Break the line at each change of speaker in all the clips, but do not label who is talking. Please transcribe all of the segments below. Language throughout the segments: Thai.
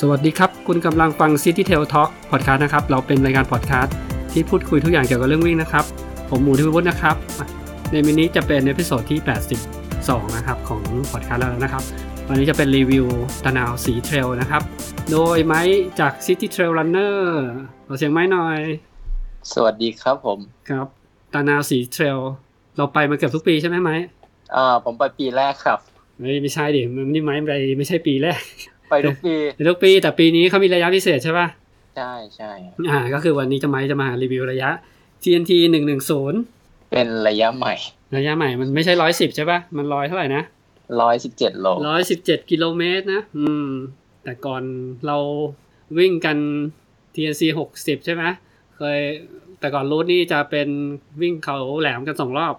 สวัสดีครับ คุณกำลังฟัง City Tail Talk Podcast นะครับ เราเป็นรายการ Podcast ที่พูดคุยทุกอย่างเกี่ยวกับเรื่องวิ่งนะครับ ผมหมูทิพวุฒินะครับ ในมินี้จะเป็นเอพิโซดที่ 82 นะครับ ของ Podcast แล้วนะครับ วันนี้จะเป็นรีวิวตะนาวสีเทรลนะครับ โดยไม้จาก City Trail Runner ขอเสียงไม้หน่อย
สวัสดีครับผม
ครับตะนาวสีเทรลเราไปมาเกือบทุกปีใช่ไหมไม้
อ่าผมไปปีแรกครับ
เฮ้ยไม่ใช่ดิมันนี่ไม้ไปไม่ใช่ปีแรก
ไปทุกปี
แต่ทุกปีแต่ปีนี้เขามีระยะพิเศษใช่ป่ะ
ใช่ใช่
อ่าก็คือวันนี้จะไมาจะมารีวิวระยะ TNT หนึ่งหนึ่งศูนย์
เป็นระยะใหม่
ระยะใหม่มันไม่ใช่ร้อยสิบใช่ปะมันร้อยเท่าไหร่นะ
ร้อยสิบเจ็ดโล
ร้อยสิบเจ็ดกิโลเมตรนะ อืม แต่ก่อนเราวิ่งกัน TNC หกสิบใช่ไหมเคยแต่ก่อนรูทนี่จะเป็นวิ่งเขาแหลมกันสองรอบ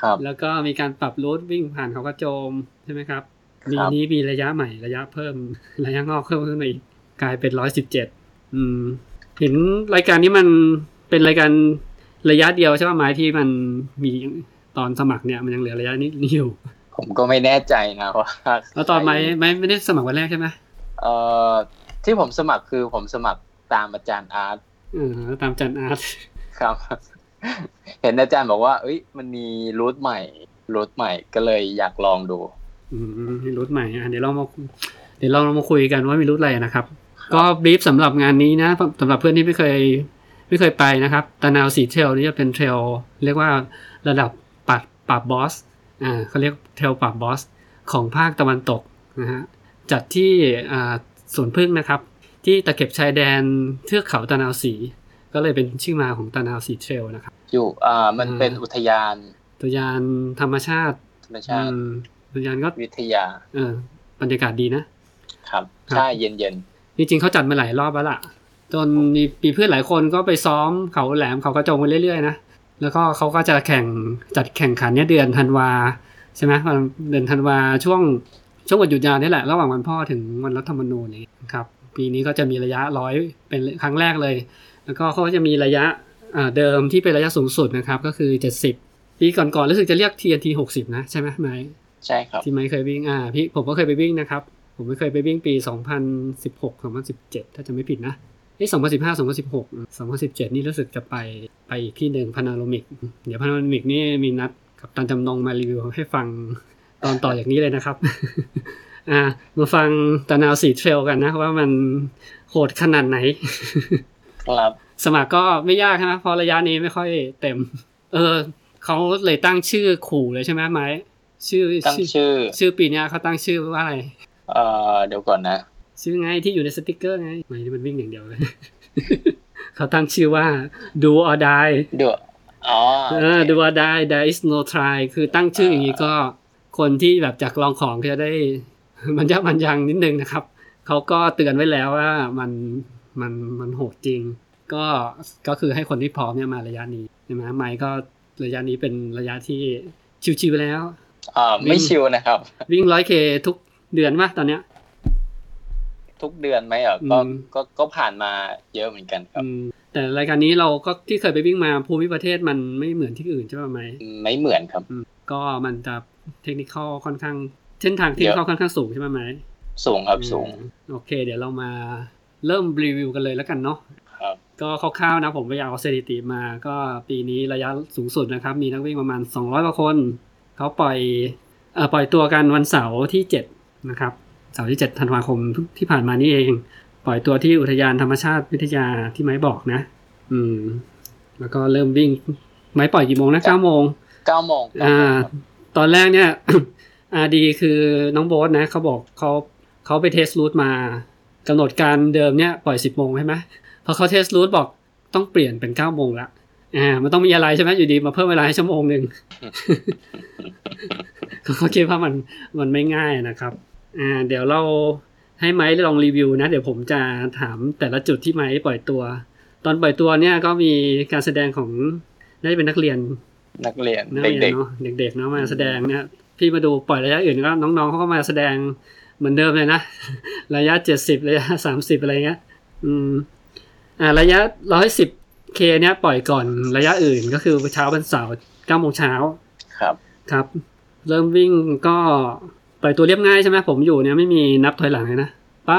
ครับ
แล้วก็มีการปรับรูทวิ่งผ่านเขากระโจมใช่ไหมครับปี
ครับ
นี้มีระยะใหม่ระยะเพิ่ม ระยะงอกเพิ่มขึ้นมาอีกกลายเป็นร้อยสิบเจ็ดอืม เห็นรายการนี้มันเป็นรายการระยะเดียวใช่ไหมไม้ที่มันมีตอนสมัครเนี่ยมันยังเหลือระยะ นี้นี้อยู่
ผมก็ไม่แน่ใจนะว่า
แล้วตอนไม้ไม้ไม่ได้สมัครวันแรกใช่ไหม
เอ่อที่ผมสมัครคือผมสมัครตามอาจารย์อาร์ต
เออตามจันอาร์ต
ครับ เห็นอาจารย์บอกว่าเอ้ยมันมีรูทใหม่รูทใหม่ก็เลยอยากลองดู
อืมมีรุ่นใหม่อ่ะเดี๋ยวเรามาเดี๋ยวเรามาคุยกันว่ามีรุ่นอะไรนะครับ ก็บรีฟสำหรับงานนี้นะสำหรับเพื่อนที่ไม่เคย ไม่เคยไปนะครับตะนาวสีเทรลนี่จะเป็นเทรลเรียกว่าระดับปัดปราบบอส อ่าเขาเรียกเทรลปราบบอส ของภาคตะวันตกนะฮะจัดที่อ่าสวนพึ่งนะครับ ที่ตะเข็บชายแดนเทือกเขาตะนาวสี ก็เลยเป็นชื่อมาของตะนาวสีเทรลนะครับ
อยู่อ่ามัน
อืม
เป็นอุทยาน
ตัวยานธรรมชาติ
ธรรมชา
อื
ติ
มตัวยานก็
วิทยา
เออบรรยากาศดีนะ
ครับ
ครับ
ใช่เย็นเย็น
จริงๆเขาจัดมาหลายรอบแล้วล่ะ จนมีมีเพื่อนหลายคนก็ไปซ้อมเขาแหลมเขากระจงไปเรื่อยๆนะ แล้วก็เขาก็จะแข่งจัดแข่งขันเนี่ยเดือนธันวาใช่ไหมวันเดือนธันวาช่วงช่วงวันหยุดยาวนี่แหละ ระหว่างวันพ่อถึงวันรัฐธรรมนูญอย่างเงี้ยครับ ปีนี้ก็จะมีระยะร้อยเป็นครั้งแรกเลย แล้วก็เขาก็จะมีระยะอ่าเดิมที่เป็นระยะสูงสุดนะครับ ก็คือ 70 ปีก่อนๆรู้สึกจะเรียก TNT 60 นะใช่ไหมไหม
ๆใช่ครับ
ที่ไม่เคยวิ่งอ่าพี่ผมก็เคยไปวิ่งนะครับ ผมไม่เคยไปวิ่งปี 2016 2017 ถ้าจะไม่ผิดนะเอ้ย2015 2016 2017 นี่รู้สึกจะไปไปอีกที่หนึ่งพานาโรมิก เดี๋ยวพานาโรมิกนี่มีนัดกับตันจำนงมารีวิวให้ฟัง ตอนต่ออย่างนี้เลยนะครับ อ่ามาฟังตะนาวสีเทรลกันนะว่ามันโหดขนาดไหน
ครับ
สมัครก็ไม่ยากนะเพราะระยะนี้ไม่ค่อยเต็ม เออเขาเลยตั้งชื่อขู่เลยใช่ไหมไม้ชื่อ
ตั้งชื่อ
ชื่อปีเนี้ยเขาตั้งชื่อว่าอะไร
เอ่อเดี๋ยวก่อนนะ
ชื่อไงที่อยู่ในสติกเกอร์ไงไม่ได้มันวิ่งอย่างเดียวเลย เขาตั้งชื่อว่า do or die
ดูอ๋อ
เออ do or die there is no try คือตั้งชื่ออย่างนี้ก็คนที่แบบจากลองของก็จะได้ มันยับมันยังนิดนึงนะครับ เขาก็เตือนไว้แล้วว่ามันมันมันโหดจริง ก็ก็คือให้คนที่พร้อมเนี่ยมาระยะนี้ใช่ไหมไมค์ก็ระยะนี้เป็นระยะที่ชิวๆแล้ว
อ่าไม่ชิวนะครับ
วิ่งร้อยเคทุกเดือนมะตอนเนี้ย
ทุกเดือนไหมเหรอก็
อืม
ก็ก็ผ่านมาเยอะเหมือนกันครับ
อืมแต่รายการนี้เราก็ที่เคยไปวิ่งมาภูมิประเทศมันไม่เหมือนที่อื่นใช่ไหมไหม
ไม่เหมือนครับ
ก็มันจะเทคนิคค่อนข้างเส้นทางเทคนิคค่อนข้างสูงใช่ไหมไหม
สูงครับสูง
อืมโอเค เดี๋ยวเรามาเริ่มรีวิวกันเลยแล้วกันเนาะ
ครับ
ก็คร่าวๆนะผมไปเอาสถิติมา ก็ปีนี้ระยะสูงสุดนะครับ มีนักวิ่งประมาณ 200กว่าคน เขาปล่อยเอ่อปล่อยตัวกันวันเสาร์ที่7นะครับเสาร์ที่7ธันวาคมที่ผ่านมานี่เอง ปล่อยตัวที่อุทยานธรรมชาติวิทยาที่ไม้บอกนะ อืม แล้วก็เริ่มวิ่ง ไม้ปล่อยกี่โมงนะเก้าโมง
เก้าโมงครับ
อ่า ตอนแรกเนี่ย อาดีคือน้องโบ๊ทนะเขาบอกเขาเขาไปเทสรูทมากำหนดการเดิมเนี่ยปล่อยสิบโมงใช่ไหมพอเขาเทสรูทบอกต้องเปลี่ยนเป็นเก้าโมงละอ่ามันต้องมีอะไรใช่ไหมอยู่ดีมาเพิ่มเวลาให้ชั่วโมงหนึ่ง เขาคิดว่ามันมันไม่ง่ายนะครับ อ่า เดี๋ยวเราให้ไม้ลองรีวิวนะ เดี๋ยวผมจะถามแต่ละจุดที่ไม้ปล่อยตัว ตอนปล่อยตัวเนี่ยก็มีการแสดงของน่าจะเป็นนักเรียน
นักเรียน
นักเรียน
เด็ก
เนาะเด็กๆเนาะมาแสดงเนี่ยพี่มาดูปล่อยระยะอื่นก็น้องๆเขาก็มาแสดงเหมือนเดิมเลยนะ ระยะเจ็ดสิบระยะสามสิบอะไรเงี้ยอืมอ่าระยะร้อยสิบเคเนี้ยปล่อยก่อนระยะอื่นก็คือเช้าวันเสาร์เก้าโมงเช้า
ๆครับ
ครับ เริ่มวิ่งก็ปล่อยตัวเรียบง่ายใช่ไหมผมอยู่เนี่ยไม่มีนับถอยหลังเลยนะ ไป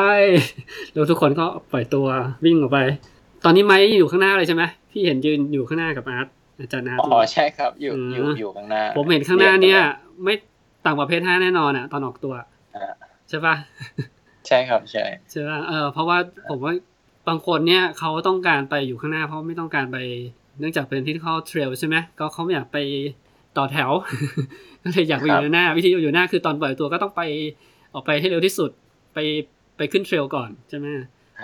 แล้วทุกคนก็ปล่อยตัววิ่งออกไป ตอนนี้ไม้อยู่ข้างหน้าเลยใช่ไหมพี่เห็นยืนอยู่ข้างหน้ากับอาร์ตอาจารย์อาร์ต
อ๋อใช่ครับ อยู่
อืม
อยู่อยู่ข้างหน้า
ผมเห็นข้างหน้าเนี่ย ไม่ต่างประเภทห้าแน่นอนอะตอนออกตัวใช่ปะ
ใช่ครับใช่
ใช่ป่ะเออเพราะว่าผมว่าบางคนเนี่ยเขาต้องการไปอยู่ข้างหน้า เพราะไม่ต้องการไปเนื่องจากเป็นที่เขาเทรลใช่ไหมก็เขาไม่อยากไปต่อแถว ก็เลยอยากไปอยู่หน้า วิธีอยู่หน้าคือตอนปล่อยตัวก็ต้องไปออกไปให้เร็วที่สุดไปไปขึ้นเทรลก่อนใช่ไหม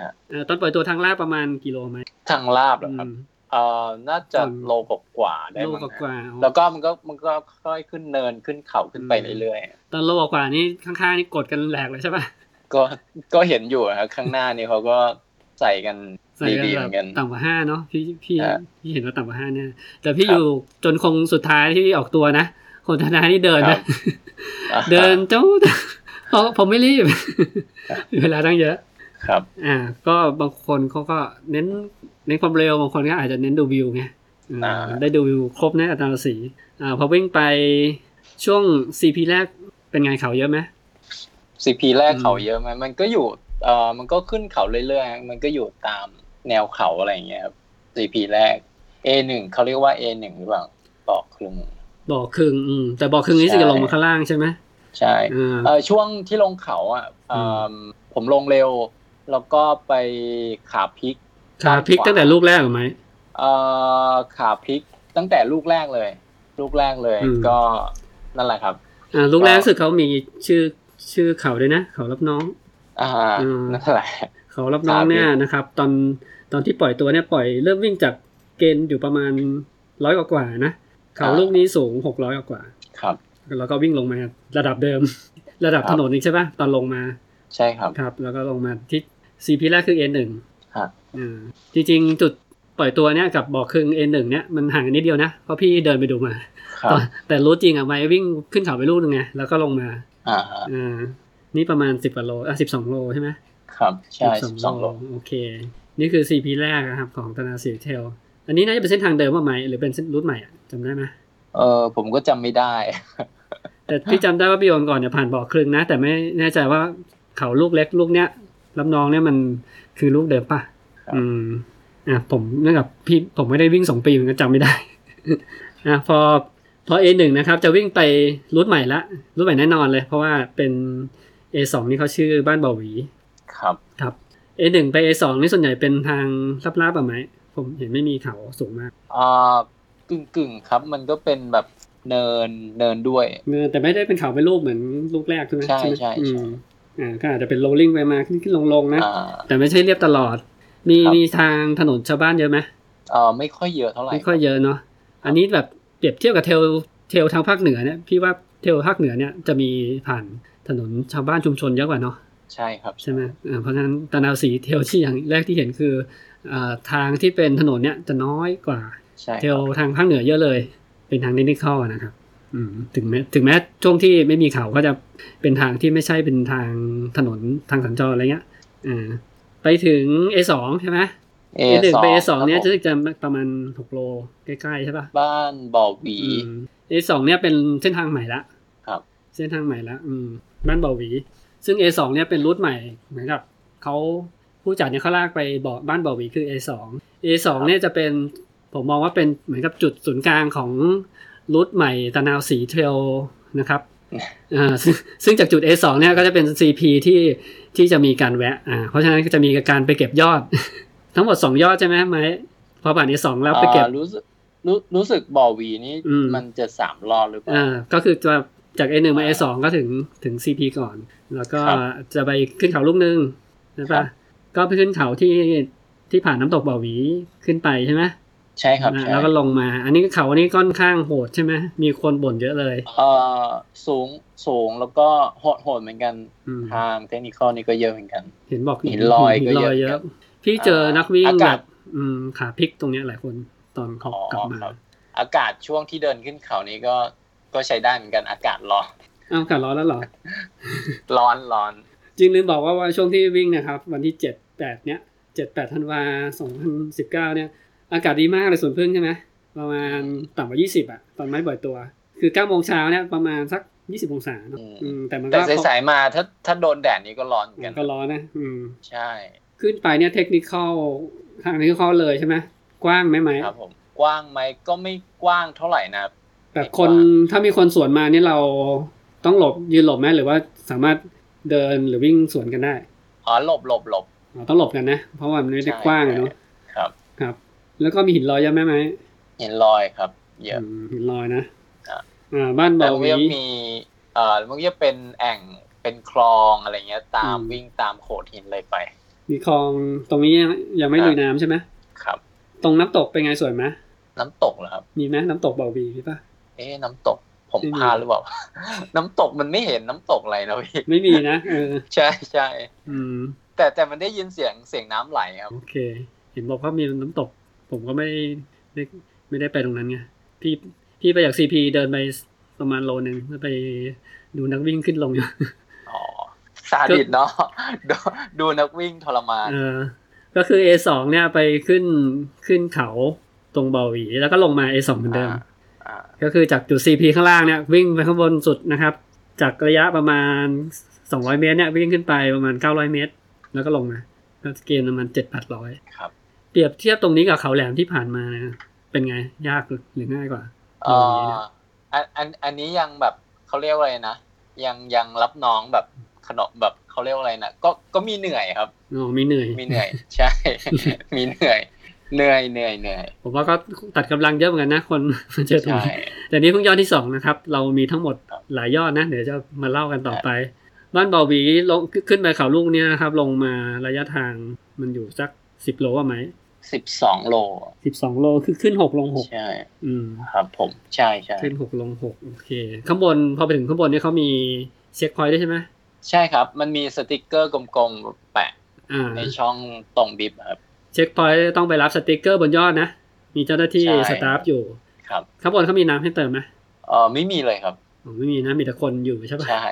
ฮะ
เอ่อตอนปล่อยตัวทางลาดประมาณกิโลไหม
ทางลาบเหรอครับ
อืม
เอ่อน่าจะ
อืม
โลกกว่าๆได้
โล
มั้ง
ก
นะ
กว่า
แล้วก็มันก็มันก็ค่อยขึ้นเนินขึ้นเขาขึ้นไป
อืม
เรื่อย
ตอนโลกกว่านี่ข้างๆนี่กดกันแหลกเลยใช่ป่ะ
ๆก็ก็เห็นอยู่อะครับข้างหน้านี่เขาก็ใส่กัน
ใส่กัน
ดีๆ
แบ
เห
บ
มือนกัน
ต่ำกว่าห้าเนาะพี่พี่
ฮะ
พี่เห็นว่าต่ำกว่าห้าเนี่ยแต่พี่
ค
อ
รับ
ยู่จนคงสุดท้ายที่ออกตัวนะคนธนานี่เดิน
ครั
นะ
บ อ่า
เดินเจ้าเพราะผมไม่รี บ มีเวลาตั้งเยอะ
ครับ
อ่า ก็บางคนเขาก็เน้นเน้นความเร็วบางคนก็อาจจะเน้นดูวิวไงอ่า
อ่า
ได้ดูวิวครบในะอัตราละสีอ่าพอวิ่งไปช่วง CP แรกเป็นไงเขาเยอะไหม
ซีพีแรก
อืม
เขาเยอะไหมมันก็อยู่เอ่อมันก็ขึ้นเขาเรื่อยๆ มันก็อยู่ตามแนวเขาอะไรอย่างเงี้ยครับซีพีแรก A1 เขาเรียกว่า A1 หรือเปล่าบอกครึ่ง
บ่อครึ่งอืมแต่บ่อครึ่งนี่
ใช่
สิจะลงมาข้างล่างใช่ไหม
ใช่
อ่า
เอ่อช่วงที่ลงเขาอ่ะเอิ่มผมลงเร็ว แล้วก็ไปขาพลิก
ขาพลิกตั้งแต่ลูกแรกเหรือไหม
เอ่อขาพลิกตั้งแต่ลูกแรกเลย ลูกแรกเลย
อืม
ก็นั่นแหละครับ
อ่าลูกแรก
ก็
รู้สึกเขามีชื่อชื่อเขาด้วยนะ เขารับน้อง
อ่า
อืม
นั่นแหละ
เขารับน้องเนี่ยนะครับ ตอนตอนที่ปล่อยตัวเนี่ยปล่อยเริ่มวิ่งจากเกณฑ์อยู่ประมาณร้อยกว่าๆนะ เขา
อ่า
ลูกนี้สูงหกร้อยกว่า
ครับ
ๆแล้วก็วิ่งลงมาระดับเดิม ระดับ
ครับ
ถนนอีกใช่ปะตอนลงมา
ใช่ครับ
ครับ แล้วก็ลงมาที่ซีพีแรกคือ A1
ครับ
อ่าจริงๆจุดปล่อยตัวเนี่ยกับบอกครึ่ง A1 เนี่ยมันห่างกันนิดเดียวนะเพราะพี่เดินไปดูมา
ครั
ต
บ
อน แต่รู้จริงอ่ะไม้วิ่งขึ้นเขาไปลูกหนึงไงแล้วก็ลงมา
อ่าฮะ
อ่านี่ประมาณสิบกว่าโลอ่ะสิบสองโลใช่ไหม
ครับใช่
สิ
สิบบ ส
ส
อ
อง ง
โล
โลโอเค นี่คือ CP แรกนะครับของตนาสีเทล อันนี้น่าจะเป็นเส้นทางเดิมว่าไหมหรือเป็นเส้นรูทใหม่อะจำได้ไหม
เออผมก็จำไม่ได้
แต่พี่จำได้ว่าพี่โอนก่อนเนี่ยผ่านบ่อครึ่งนะ แต่ไม่แน่ใจว่าเขาลูกเล็กลูกเนี้ยลำนองเนี่ยมันคือลูกเดิมป่ะ
ครับ
อืมอ่ะผมเนื่องจากพี่ผมไม่ได้วิ่งสองปีมันก็จำไม่ได้ อ่ะพอพอ A หนึ่งนะครับ จะวิ่งไปรูทใหม่ละรูทใหม่แน่นอนเลย เพราะว่าเป็น A สองนี่เขาชื่อบ้านบ่อหวี
ครับ
ครับ A1 ไป A2 นี่ส่วนใหญ่เป็นทางลับๆอะไหม ผมเห็นไม่มีเขาสูงมาก
อ่ากึ่งกึ่งๆครับ มันก็เป็นแบบเนินเนินด้วย
เออแต่ไม่ได้เป็นเขาเป็นรูปเหมือนลูกแรกใช่ไหม
ใช่
ไหม
ใช่ใช่
อืมอ่าก็อาจจะเป็นโรลลิ่งไปมาขึ้นขึ้นลงลงๆนะ
อ่า
แต่ไม่ใช่เรียบตลอด มี
ครับ
มีทางถนนชาวบ้านเยอะไหม
เออไม่ค่อยเยอะเท่าไหร่
ไม่ค่อยเยอะเนาะอันนี้แบบเปรียบเทียบกับเทลเทลทางภาคเหนือเนี่ยพี่ว่าเทลภาคเหนือเนี่ยจะมีผ่านถนนชาวบ้านชุมชนเยอะกว่าเนาะ
ใช่ครับ
ใช่ไหมอ่าเพราะฉะนั้นตะนาวสีเทลที่อย่างแรกที่เห็นคืออาทางที่เป็นถนนเนี่ยจะน้อยกว่า
ใช่
เทลทางภาคเหนือเยอะเลย เป็นทางเทคนิคอลอะนะครับ อืมถึงแม้ถึงแม้ช่วงที่ไม่มีเขาก็จะเป็นทางที่ไม่ใช่เป็นทางถนนทางสัญจรอะไรเงี้ยอ่าไปถึง A2 ใช่ไหม
เอ
A1 ไป A2
ครับ
เนี่ยจะ
ผม
จะประมาณ 6 โลใกล้ๆใช่ปะ
บ้านบ่อหวี
อืม A2 เนี่ยเป็นเส้นทางใหม่ละ
ครับ
เส้นทางใหม่ละอืมบ้านบ่อหวี ซึ่ง A2 เนี่ยเป็นรูทใหม่เหมือนกับเขาผู้จัดเนี่ยเขาลากไปบ่อบ้านบ่อหวีคือ A2 A2 เนี่ยจะเป็นผมมองว่าเป็นเหมือนกับจุดศูนย์กลางของรูทใหม่ตะนาวสีเทรล นะครับอ่าซึ่งซึ่งจากจุด A2 เนี่ยก็จะเป็น CP ที่ที่จะมีการแวะอ่าเพราะฉะนั้นก็จะมีการไปเก็บยอด ทั้งหมด 2 ยอดใช่ไหมไหมพอผ่าน A2 แล้วไปเก็บ
อ่ารู้สึกรู้รู้สึกบ่อหวีนี่
อืม
มันจะสามรอบหรือเปล่า
อ่าก็คือจะจาก A 1มา A
อ่า
2ก็ถึงถึง CP ก่อน แล้วก็
ครับ
จะไปขึ้นเขาลูกหนึงใช่
ครั
ปะ
บ
ก็ไปขึ้นเขาที่ที่ผ่านน้ำตกบ่อหวีขึ้นไปใช่ไหม
ใช่ครับ
อ่า
ใช่
แล้วก็ลงมา อันนี้เขาอันนี้ค่อนข้างโหดใช่ไหมมีคนบ่นเยอะเลย
เอ่อสูงสูงแล้วก็โหดโหดเหมือนกัน
อืม
ทางเทคนิคอลนี่ก็เยอะเหมือนกัน
เห็นบอก
หินลอย
หินลอยเย
ก็เยอะครั
อะ
บ
พี่เจอนักวิ่ง
อ่าอากา
แบ
ศ
บอืมขาพลิกตรงเนี้ยหลายคนตอนเขากลับมา
ครับ อากาศช่วงที่เดินขึ้นเขานี้ก็ก็ใช้ได้เหมือนกันอากาศร้อน
อ้าวอากาศร้อนแล้วเหรอ
ร้อนร้อน
จริงลืมบอกว่าว่าช่วงที่วิ่งนะครับ วันที่เจ็ดแปดเนี้ยเจ็ดแปดธันวาสองพันสิบเก้าเนี่ย อากาศดีมากเลยสวนพึ่งใช่ไหมประมาณต่ำกว่ายี่สิบอะตอนไม้บ่อยตัว คือเก้าโมงเช้าเนี่ยประมาณสัก ยี่สิบองศาเนอะ
อืม
อืมแต่มัน
แต่
ก็
สายๆมาถ้าถ้าโดนแดดนี้ก็ร้อนเหมือน
มั
กัน น
ก็ร้อนนะอืม
ใช่
ขึ้นไปเนี่ยเทคนิคเข้าทางนี้เข้าเลยใช่ไหมกว้างไหมไหม
ครับผมกว้างไหมก็ไม่กว้างเท่าไหร่นะ
แบบคนถ้ามีคนสวนมาเนี่ยเราต้องหลบยืนหลบไหมหรือว่าสามารถเดินหรือวิ่งสวนกันได้
อ๋อหลบหลบหลบ
อ๋อต้องหลบกันนะ เพราะว่ามันไม่ได้กว้างอะเนาะ
ครับ
ครับ แล้วก็มีหินลอยเยอะไหมไหม
เห็นรอยครับ เยอะ
อืมหินลอยนะครับ อ่าบ้าน
แล้
เบาว
มัน
วี
ก็มีเอ่อมันก็จะเป็นแอ่งเป็นคลองอะไรเงี้ย ตาม
อืม
วิ่งตามโขดหินเลยไป
มีคลองตรงนี้ยังยังไม่
ครับ
ลุยน้ำใช่ไหม
ครับ
ตรงน้ำตกเป็นไงสวยไหม
น้ำตกเหรอครับ
มีไหมน้ำตกเบาวีพี่ปะ
เอ๊ะน้ำตก ผม
ไม่มี
พลาดหรือเปล่า น้ำตกมันไม่เห็นน้ำตกอะไรนะพี่
ไม่มีนะเออ
ใช่ใช่
อืม
แต่แต่มันได้ยินเสียงเสียงน้ำไหลครับ
โอเค เห็นบอกว่ามีน้ำตก ผมก็ไม่ไม่ไม่ได้ไปตรงนั้นไงพี่พี่ไปจากซีพีเดินไปประมาณโลนึงแล้วไปดูนักวิ่งขึ้นลงอยู่
อ๋อซาดิสเนาะ ดูดูนักวิ่งทรมาน
เออ ก็คือ A2 เนี่ยไปขึ้นขึ้นเขาตรงเบาหวีแล้วก็ลงมา A2 เหมือนเดิม
อ่า อ่า
ก็คือจากจุด CP ข้างล่างเนี่ยวิ่งไปข้างบนสุดนะครับ จากระยะประมาณ 200 เมตรเนี่ยวิ่งขึ้นไปประมาณ 900 เมตร แล้วก็ลงมาแล้วเกณฑ์ประมาณ7,800
ครับ
เปรียบเทียบตรงนี้กับเขาแหลมที่ผ่านมานะเป็นไงยากหรือง่ายกว่า
เอออันอันอันนี้ยังแบบเขาเรียกว่าอะไรนะยังยังรับน้องแบบขนมแบบเขาเรียกว่าอะไรนะก็ก็มีเหนื่อยครับ
อ๋อมีเหนื่อย
มี เหนื่อย ใช่ มีเหนื่อย เหนื่อยเหนื่อยเหนื่อย
ผมว่าก็ตัดกำลังเยอะเหมือนกันนะ คน มาเจอตรง
ใช่
นี้แต่นี้เพิ่งยอดที่สองนะครับ เรามีทั้งหมด
ครับ
หลายยอดนะ เดี๋ยวจะมาเล่ากันต่อไป บ้านเบาหวีลงขึ้นไปเขาลูกเนี่ยนะครับ ลงมาระยะทางมันอยู่สักสิบโลว่าไหม
สิบสองโล
สิบสองโลคือขึ้นหกลงหก
ใช่
อืม
ครับผม ใช่ใช่
ขึ้นหกลงหกโอเค ข้างบนพอไปถึงข้างบนเนี่ยเขามีเช็คพอยต์ด้วยใช่ไหม
ใช่ครับ มันมีสติกเกอร์กลมๆแปะ
อ่า
ในช่องตรงบิบครับ
เช็คพอยต์ต้องไปรับสติกเกอร์บนยอดนะ มีเจ้าหน้าที่
ใช่
สตาฟอยู่
ครับ
ข้างบนเขามีน้ำให้เติมไหม
เออไม่มีเลยครับ
อ๋อไม่มีนะมีแต่คนอยู่ใช่ปะ
ใช่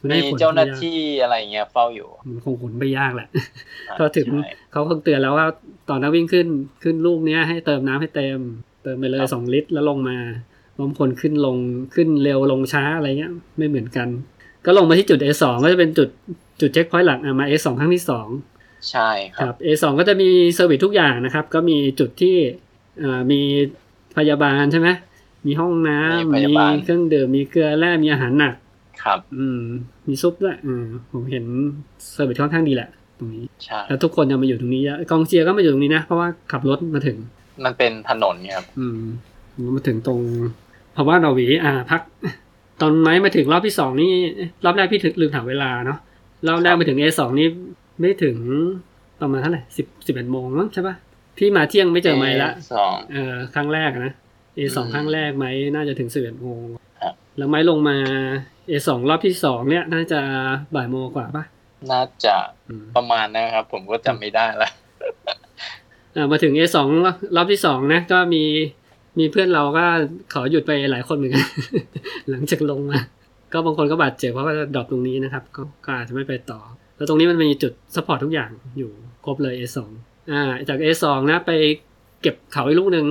มัน
มี
ให้ผล
เจ้าหน้า
ไม่ยก
ที่อะไรเงี้ยเฝ้าอยู่
มันคงผลไปยากแหละ
อ่ะ
ก็ถึง
ใช่
เขาเพิ่งเตือนแล้วว่าตอนนักวิ่งขึ้นขึ้นลูกเนี้ยให้เติมน้ำให้เต็ม เติมไปเล
ค
ย
รับ
สองลิตรแล้วลงมาบางคนขึ้นลงขึ้นเร็วลงช้าอะไรเงี้ย ไม่เหมือนกัน ก็ลงมาที่จุด A2 ก็จะเป็นจุดจุดเช็คพอยต์หลักอ่ะมา A2 ครั้งที่สอง
ใช่ค
ค
รั
รับ บ A2 ก็จะมีเซอร์วิสทุกอย่างนะครับ ก็มีจุดที่เอ่อมีพยาบาลใช่ไหมมีห้องน้ำ
มีพยาบาล
เครื่องดื่มมีเกลือแร่มีอาหารหนัก
ครับ
อืม มีซุปด้วยอืมผมเห็นเซอร์วิสค่อนข้างดีแหละ ตรงนี้
ใช่
แล้วทุกคนจะมาอยู่ตรงนี้เยอะกองเชียร์ก็มาอยู่ตรงนี้นะ เพราะว่าขับรถมาถึง
มันเป็นถนนเนี่ยครับ
อืมมาถึงตรงเพราะว่าเราหวีอ่าพัก ตอนไม้มาถึงรอบที่สองนี่รอบแรกพี่ถึงลืมถามเวลาเนาะรอบแรกมาถึงเอสองนี่ไม่ถึงประมาณเท่าไหร่สิบสิบเอ็ดโมงมั้งใช่ปะพี่มาเที่ยงไม่เจอไม้ละ
A สอง
เออครั้งแรกอะนะเอสอง
อืม
ครั้งแรกไม้น่าจะถึงสิบเอ็ดโมง
ครับ
แล้วไม้ลงมาเอสองรอบที่สองเนี่ย น่าจะบ่ายโมงกว่าปะ
น่าจะ
อืม
ประมาณนะครับ ผมก็จำไม่ได้ละ
เอ่อมาถึง A สองรอบที่สองนะก็มีมีเพื่อนเราก็ขอหยุดไปหลายคนเหมือน กัน หลังจากลงมา ก็บางคนก็บาดเจ็บเพราะว่าดรอปตรงนี้นะครับ ก็ก็อาจจะไม่ไปต่อ แล้วตรงนี้มันมีจุดสปอร์ตทุกอย่างอยู่ครบเลย A สองอ่าจาก A สองนะไปเก็บเขาอีกลูกหนึ่ง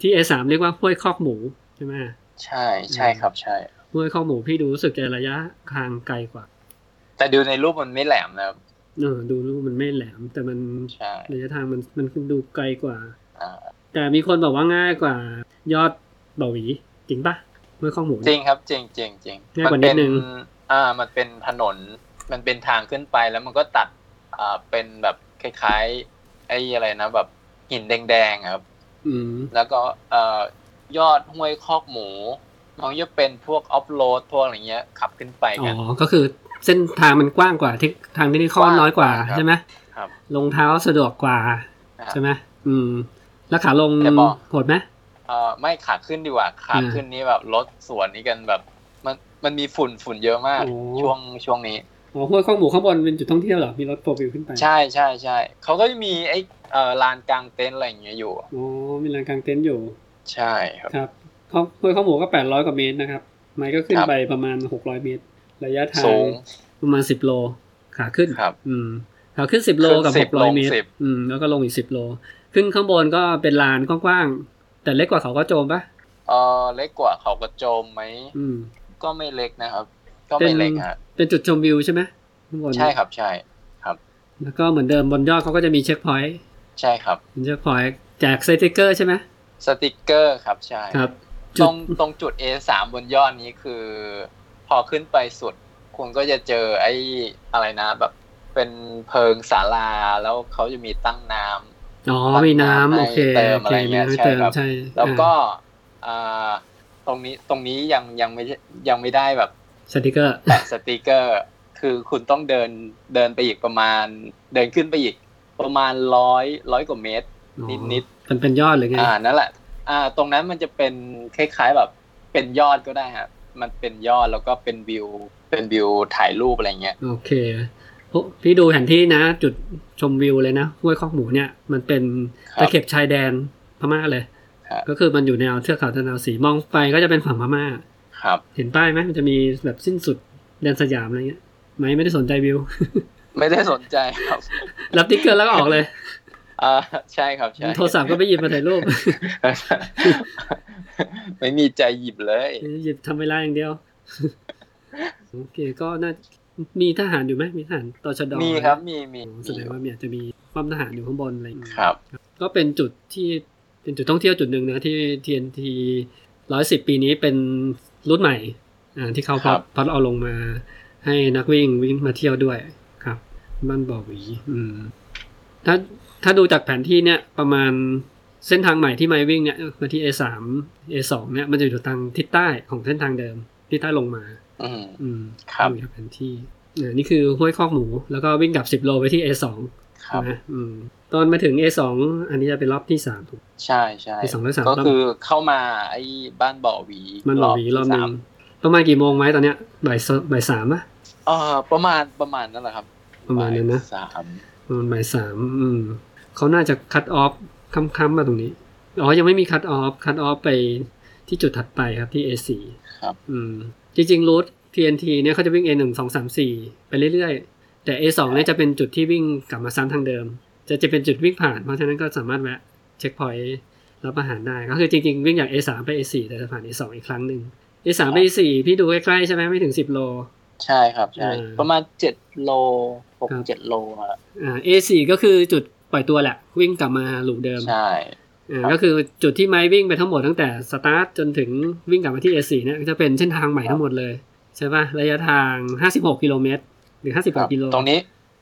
ที่ A สามเรียกว่าห้วยคอกหมูใช่ไหม
ใช่ใช่ครับใช่
ห้วยคอกหมูพี่ดูรู้สึกจะระยะทางไกลกว่า
แต่ดูในรูปมันไม่แหลมนะครับ
เออดูรูปมันไม่แหลม แต่มัน
ใช่
ระยะทางมันมันดูไกลกว่า
อ่า
แต่มีคนบอกว่าง่ายกว่ายอดเบาหวีจริงปะเมื่อข้องหมู
จริงครับจริงจริงจริง
ง่ายกว่านิดนึง
มัเป็อ่า มันเป็นถนน มันเป็นทางขึ้นไปแล้วมันก็ตัด อ่า เป็นแบบคล้ายๆ ไอ้อะไรนะแบบหินแดงๆอะครับ
อืม
แล้วก็เอ่อยอดห้วยคอกหมู มันจะเป็นพวกออฟโรดพวกอะไรเงี้ย ขับขึ้นไป
อ๋
กั
อน ก็คือเส้นทางมันกว้างกว่าที่ทางที่นี่ข้อก
ว้าง
น้อยกว่า
ครับ
ใช่ไหม
ครับ
รองเท้าสะดวกกว่า
ครับ
ใช่ไหมอืม แล้วขาลง
แต่บอก
โหดไหม
เอ่อไม่ขาขึ้นดีกว่าขา
อืม
ขึ้นนี่แบบรถสวนนี่กันแบบ มันมันมีฝุ่นฝุ่นเยอะมาก
โอ้
ช่วงช่วงนี้
อ๋อห้วยข้องหมูข้างบนเป็นจุดท่องเที่ยวเหรอมีรถโฟล์วิวขึ้นไป
ใช่ใช่ใช่เขาก็จะมีไอ้เอ่อลานกลางเต็นท์อะไรอย่างเงี้ยอยู่
อ๋อมีลานกลางเต็นท์อยู่
ใช่ครับ
ครับข้องห้วยข้องหมูก็แปดร้อยกว่าเมตรนะครับไม้ก็ขึ้น
ครับ
ไปประมาณหกร้อยเมตร ระยะทาง
สูง
ประมาณสิบโลขาขึ้น
ครับ
อืมขาขึ้นสิบโลกับ
ขึ้
ห
น
ก
10
ร้อย
ลง
เมตร
10
อืม แล้วก็ลงอีกสิบโล ขึ้นข้างบนก็เป็นลานกว้างๆ แต่เล็กกว่าเขาก็โจมปะ
เออเล็กกว่าเขากระโจมไหม
อืม
ก็ไม่เล็กนะครับ ก็ไม่เล็กฮะ
เป็นจุดชมวิวใช่ไหมข้างบน
ใช่ครับใช่
แล้วก็เหมือนเดิมบนยอดเขาก็จะมีเช็คพอยต์
ใช่ครับ
เช็คพอยต์แจกสติกเกอร์ใช่ไหม
สติกเกอร์ครับใช่
ครับ
ต
จุด
รงตรงจุด A3 บนยอดนี้คือ พอขึ้นไปสุด คุณก็จะเจอไอ้อะไรนะ แบบเป็นเพิงศาลาแล้วเขาจะมีตั้งน้ำ
อ๋อมีน้ำโอเค
ให้เติม
โอเค
อะไรเงี้ย
มีน้ำให้
ใช่
เติม
ครับ
ใช่
แล้วก็อ่าตรงนี้ตรงนี้ยังยังไม่ยังไม่ได้แบบ
สติกเกอร์
แปะสติกเกอร์ คือคุณต้องเดินเดินไปอีกประมาณ เดินขึ้นไปอีก ประมาณร้อยร้อยกว่าเมตร
อ๋อ
นิด
มันเป็นยอดหรือไง
อ่านั่นแหละ อ่า ตรงนั้นมันจะเป็นคล้ายๆแบบเป็นยอดก็ได้ฮะมันเป็นยอดแล้วก็เป็นวิว เป็นวิวถ่ายรูปอะไรเงี้ย
โอเคโอ้พี่ดูแผนที่นะ จุดชมวิวเลยนะห้วยคอกหมูเนี่ย มันเป็น
ครับ
ตะเข็บชายแดนพม่าเลย
ครับ
ก็คือมันอยู่แนวเทือกเขาตะนาวสีมองไปก็จะเป็นฝั่งพม่า
ครับ
เห็นป้ายไหมมันจะมีแบบสิ้นสุดแดนสยามอะไรเงี้ยไหมไม่ได้สนใจวิว
ไม่ได้สนใจครับ
รับติ๊กเกอร์แล้วก็ออกเลย
อ่าใช่ครับใช่
โทรศัพท์ก็ไปหยิบมาถ่ายรูป
ไม่มีใจหยิบเลย
หยิบทำเวลาอย่างเดียว โอเคก็น่ามีทหารอยู่ไหมมีทหารตชด
มีครับมีมี
โอ้แสดงว่ามีอาจจะมีความทหารอยู่ข้างบนอะไรอย่างเงี้ย
ครับ
ก็เป็นจุดที่เป็นจุดท่องเที่ยวจุดหนึ่งนะที่ TNT ร้อยสิบปีนี้เป็นรุ่นใหม่อ่าที่เขาพอ
ครั
ด
บ
พอดเอาลงมาให้นักวิ่งวิ่งมาเที่ยวด้วยครับบ้านบ่อหวีอืมถ้าถ้าดูจากแผนที่เนี่ยประมาณเส้นทางใหม่ที่ไมค์วิ่งเนี่ยมาที่ A3 A2 เนี่ยมันจะอยู่ทางทิศใต้ของเส้นทางเดิมที่ใต้ลงมา
อืม
อืม
ครับ
ดูจากแผนที่อ่านี่คือห้วยคอกหมู แล้วก็วิ่งกลับสิบโลไปที่ A2
ครับ
นะอืมตอนมาถึง A2 อันนี้จะเป็นรอบที่สามถูก
ใช่ใช่
ปี2003
ก็คือเข้ามาไอ้บ้านบ่อหวี
มันหลบอีกรอบหนึ่
สาง
ประมาณกี่โมงไหมตอนเนี้ยบ่ายสบ่ายสามอะ
เออประมาณประมาณนั่นแหละครับ
ประมาณนั้นนะ
บ่ยสาม
ประมาณบ่ายสามอืมเขาน่าจะคัดออฟค้ำๆมาตรงนี้ อ๋อ ยังไม่มีคัดออฟคัดออฟไปที่จุดถัดไปครับที่ A4
ครับ
อืม จริงๆรูท TNT เนี่ยเขาจะวิ่ง A1 2 3 4 ไปเรื่อยๆ แต่ A2 เนี่ยจะเป็นจุดที่วิ่งกลับมาซ้ำทางเดิม จะจะเป็นจุดวิ่งผ่านเพราะฉะนั้นก็สามารถแวะเช็คพอยต์รับอาหารได้ ก็คือจริงๆ วิ่งจาก A3 ไป A4 แต่จะผ่าน A2 อีกครั้งหนึ่ง A3 ไป A4 พี่ดูใกล้ๆใช่ไหมไม่ถึง 10 โล
ใช่ครับใช่
เออ
ประมาณเจ็ดโลหก
ครับ
เจ็ดโลอะ
อ่า A4 ก็คือจุดปล่อยตัวแหละ วิ่งกลับมาหลุมเดิม
ใช่
อ่า
ครับ
ก็คือจุดที่ไม้วิ่งไปทั้งหมดตั้งแต่สตาร์ทจนถึงวิ่งกลับมาที่ A4 เนี่ยจะเป็นเส้นทางใหม่
ครับ
ทั้งหมดเลย ใช่ป่ะระยะทาง 56กิโลเมตรหรือ
ครับ
56กิโล
ตรงนี้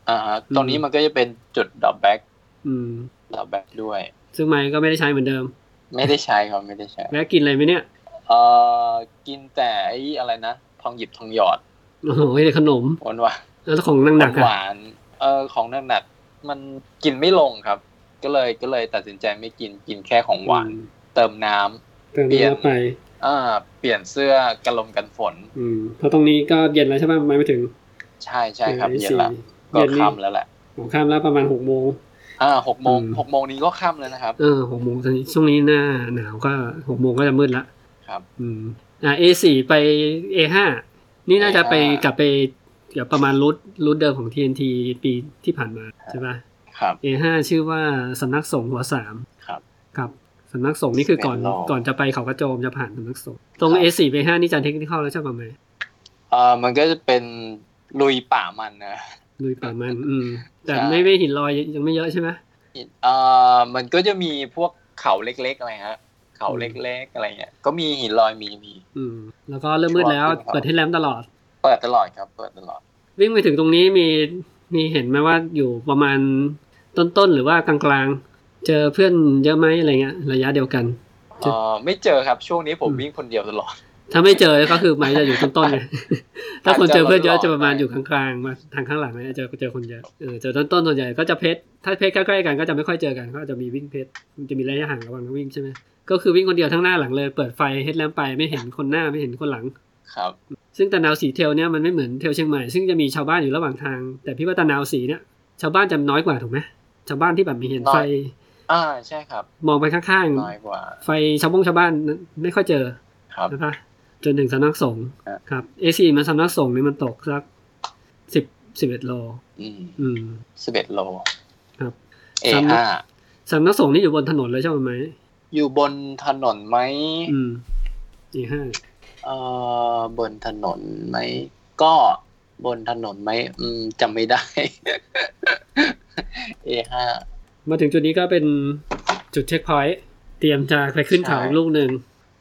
อ่าตรงนี้มันก็จะเป็นจุดดรอปแบ็ก
อืม
ดรอปแบ็กด้วย
ซึ่งไม้ก็ไม่ได้ใช้เหมือนเดิม
ไม่ได้ใช้ครับไม่ได้ใช้
แวะกินอะไรไหมเนี่ย
เออกินแต่ไอ้อะไรนะทองหยิบทองหยอด
โอ้โหแต่ขนม
หวานหวาน
แล้วของนั่งหนัก
ห
อะ
วานๆเออของหนักๆมันกินไม่ลงครับ ก็เลยก็เลยตัดสินใจไม่กินกินแค่ของหวาน เติมน้ำ
เติม
เปลี่ยน
น้ำไป
อ่าเปลี่ยนเสื้อกันลมกันฝน
อืมเพราะตรงนี้ก็เย็นแล้วใช่ป่ะไม้ไปถึง
ใช่ใช่ครับ
ออ
เย็
A4
นละก็
เย็นนี่
ค่ำแล้วแหละ
ผมข้ามแล้วประมาณหกโมง
อ่าหกโมง
อืม
หกโมงนี้ก็ค่ำแล้วนะครับ
เออหกโมงตอนนี้ช่วงนี้หน้าหนาวก็หกโมงก็จะมืดละ
ครับ
อืมอ่า A สี่ไป A ห้านี่น่าจะไปกลับไปเดี๋ยวประมาณรูทรูทเดิมของ TNT ปีที่ผ่านมาใช่ป่ะ
ครับ
A ห้าชื่อว่าสำนักสงฆ์หัวสาม
ครับ
ครับสำนักสงฆ์นี่คือก่อน
เป็นรอบ
ก่อนจะไปเขากระโจมจะผ่านสำนักสงฆ์ตรง
ครับ
A สี่ A ห้านี่จานเทคนิคเข้าแล้วใช่ป่ะไหม
เอ่อมันก็จะเป็นลุยป่ามันนะ
ลุยป่ามัน อืม แต่
ใช่
ไม่ไม่หินลอยยังไม่เยอะใช่ไหม
เอ่อมันก็จะมีพวกเขาเล็กๆอะไรฮะเขาเล็กๆอะไรเงี้ยก็มีหินลอยมีมี
อืม แล้วก็เริ่มมืดแล้ว
ชอบขึ้นเขา
เปิดให้แรมตลอด
เปิดตลอดครับ เปิดตลอด
วิ่งไปถึงตรงนี้มีมีเห็นไหมว่าอยู่ประมาณต้นๆ หรือว่ากลางๆ เจอเพื่อนเยอะไหมอะไรเงี้ยระยะเดียวกัน
เอ่อไม่เจอครับช่วงนี้ผม
อืม
วิ่งคนเดียวตลอด
ถ้าไม่เจอก็คือไม้จะอยู่ต้นๆไง ถ้าคนเจอเพื่อนเยอะจะประมาณ
อาจจะ
อยู่กลางๆมาทางข้างหลังเนี่ยเจอเจอคนเยอะเออเจอต้นๆส่วนใหญ่ก็จะเพชรถ้าเพชรใกล้ๆกันก็จะไม่ค่อยเจอกันก็จะมีวิ่งเพชรมันจะมีระยะห่างระหว่างนักวิ่งใช่ไหมก็คือวิ่งคนเดียวทั้งหน้าหลังเลยเปิดไฟเฮดแลมไปไม่เห็นคนหน้าไม่เห็นคนหลัง
ครับ
ซึ่งตะนาวสีเทลเนี่ยมันไม่เหมือนเทลเชียงใหม่ซึ่งจะมีชาวบ้านอยู่ระหว่างทาง แต่พี่ว่าตะนาวสีเนี่ยชาวบ้านจะน้อยกว่าถูกไหมชาวบ้านที่แบบมีเห็น
น้อย
ไฟ
อ่าใช่ครับ
มองไปข้าง
น้อยกว่า
ๆ ไฟชาวบ้งชาวบ้านไม่ค่อยเจอ
ครับ
นะคะจนถึงสำนักสงฆ์
ครับ
ครับเอซีมันสำนักสงฆ์นี่มันตกสักสิบสิบเอ็ดโล
อืม
อืม
สิบเอ็ดโล
ครับ
เอห้า
สำนักสงฆ์นี่อยู่บนถนนเลยใช่ไหม
อยู่บนถนนไหม
อืมอีห้า
เอ่อบนถนนไหม ก็บนถนนไหมอืมจำไม่ได้ เอห้า
มาถึงจุดนี้ก็เป็นจุดเช็คพอยต์เตรียมจะไปขึ้นเขา
ใช่
อีกลูกหนึ่ง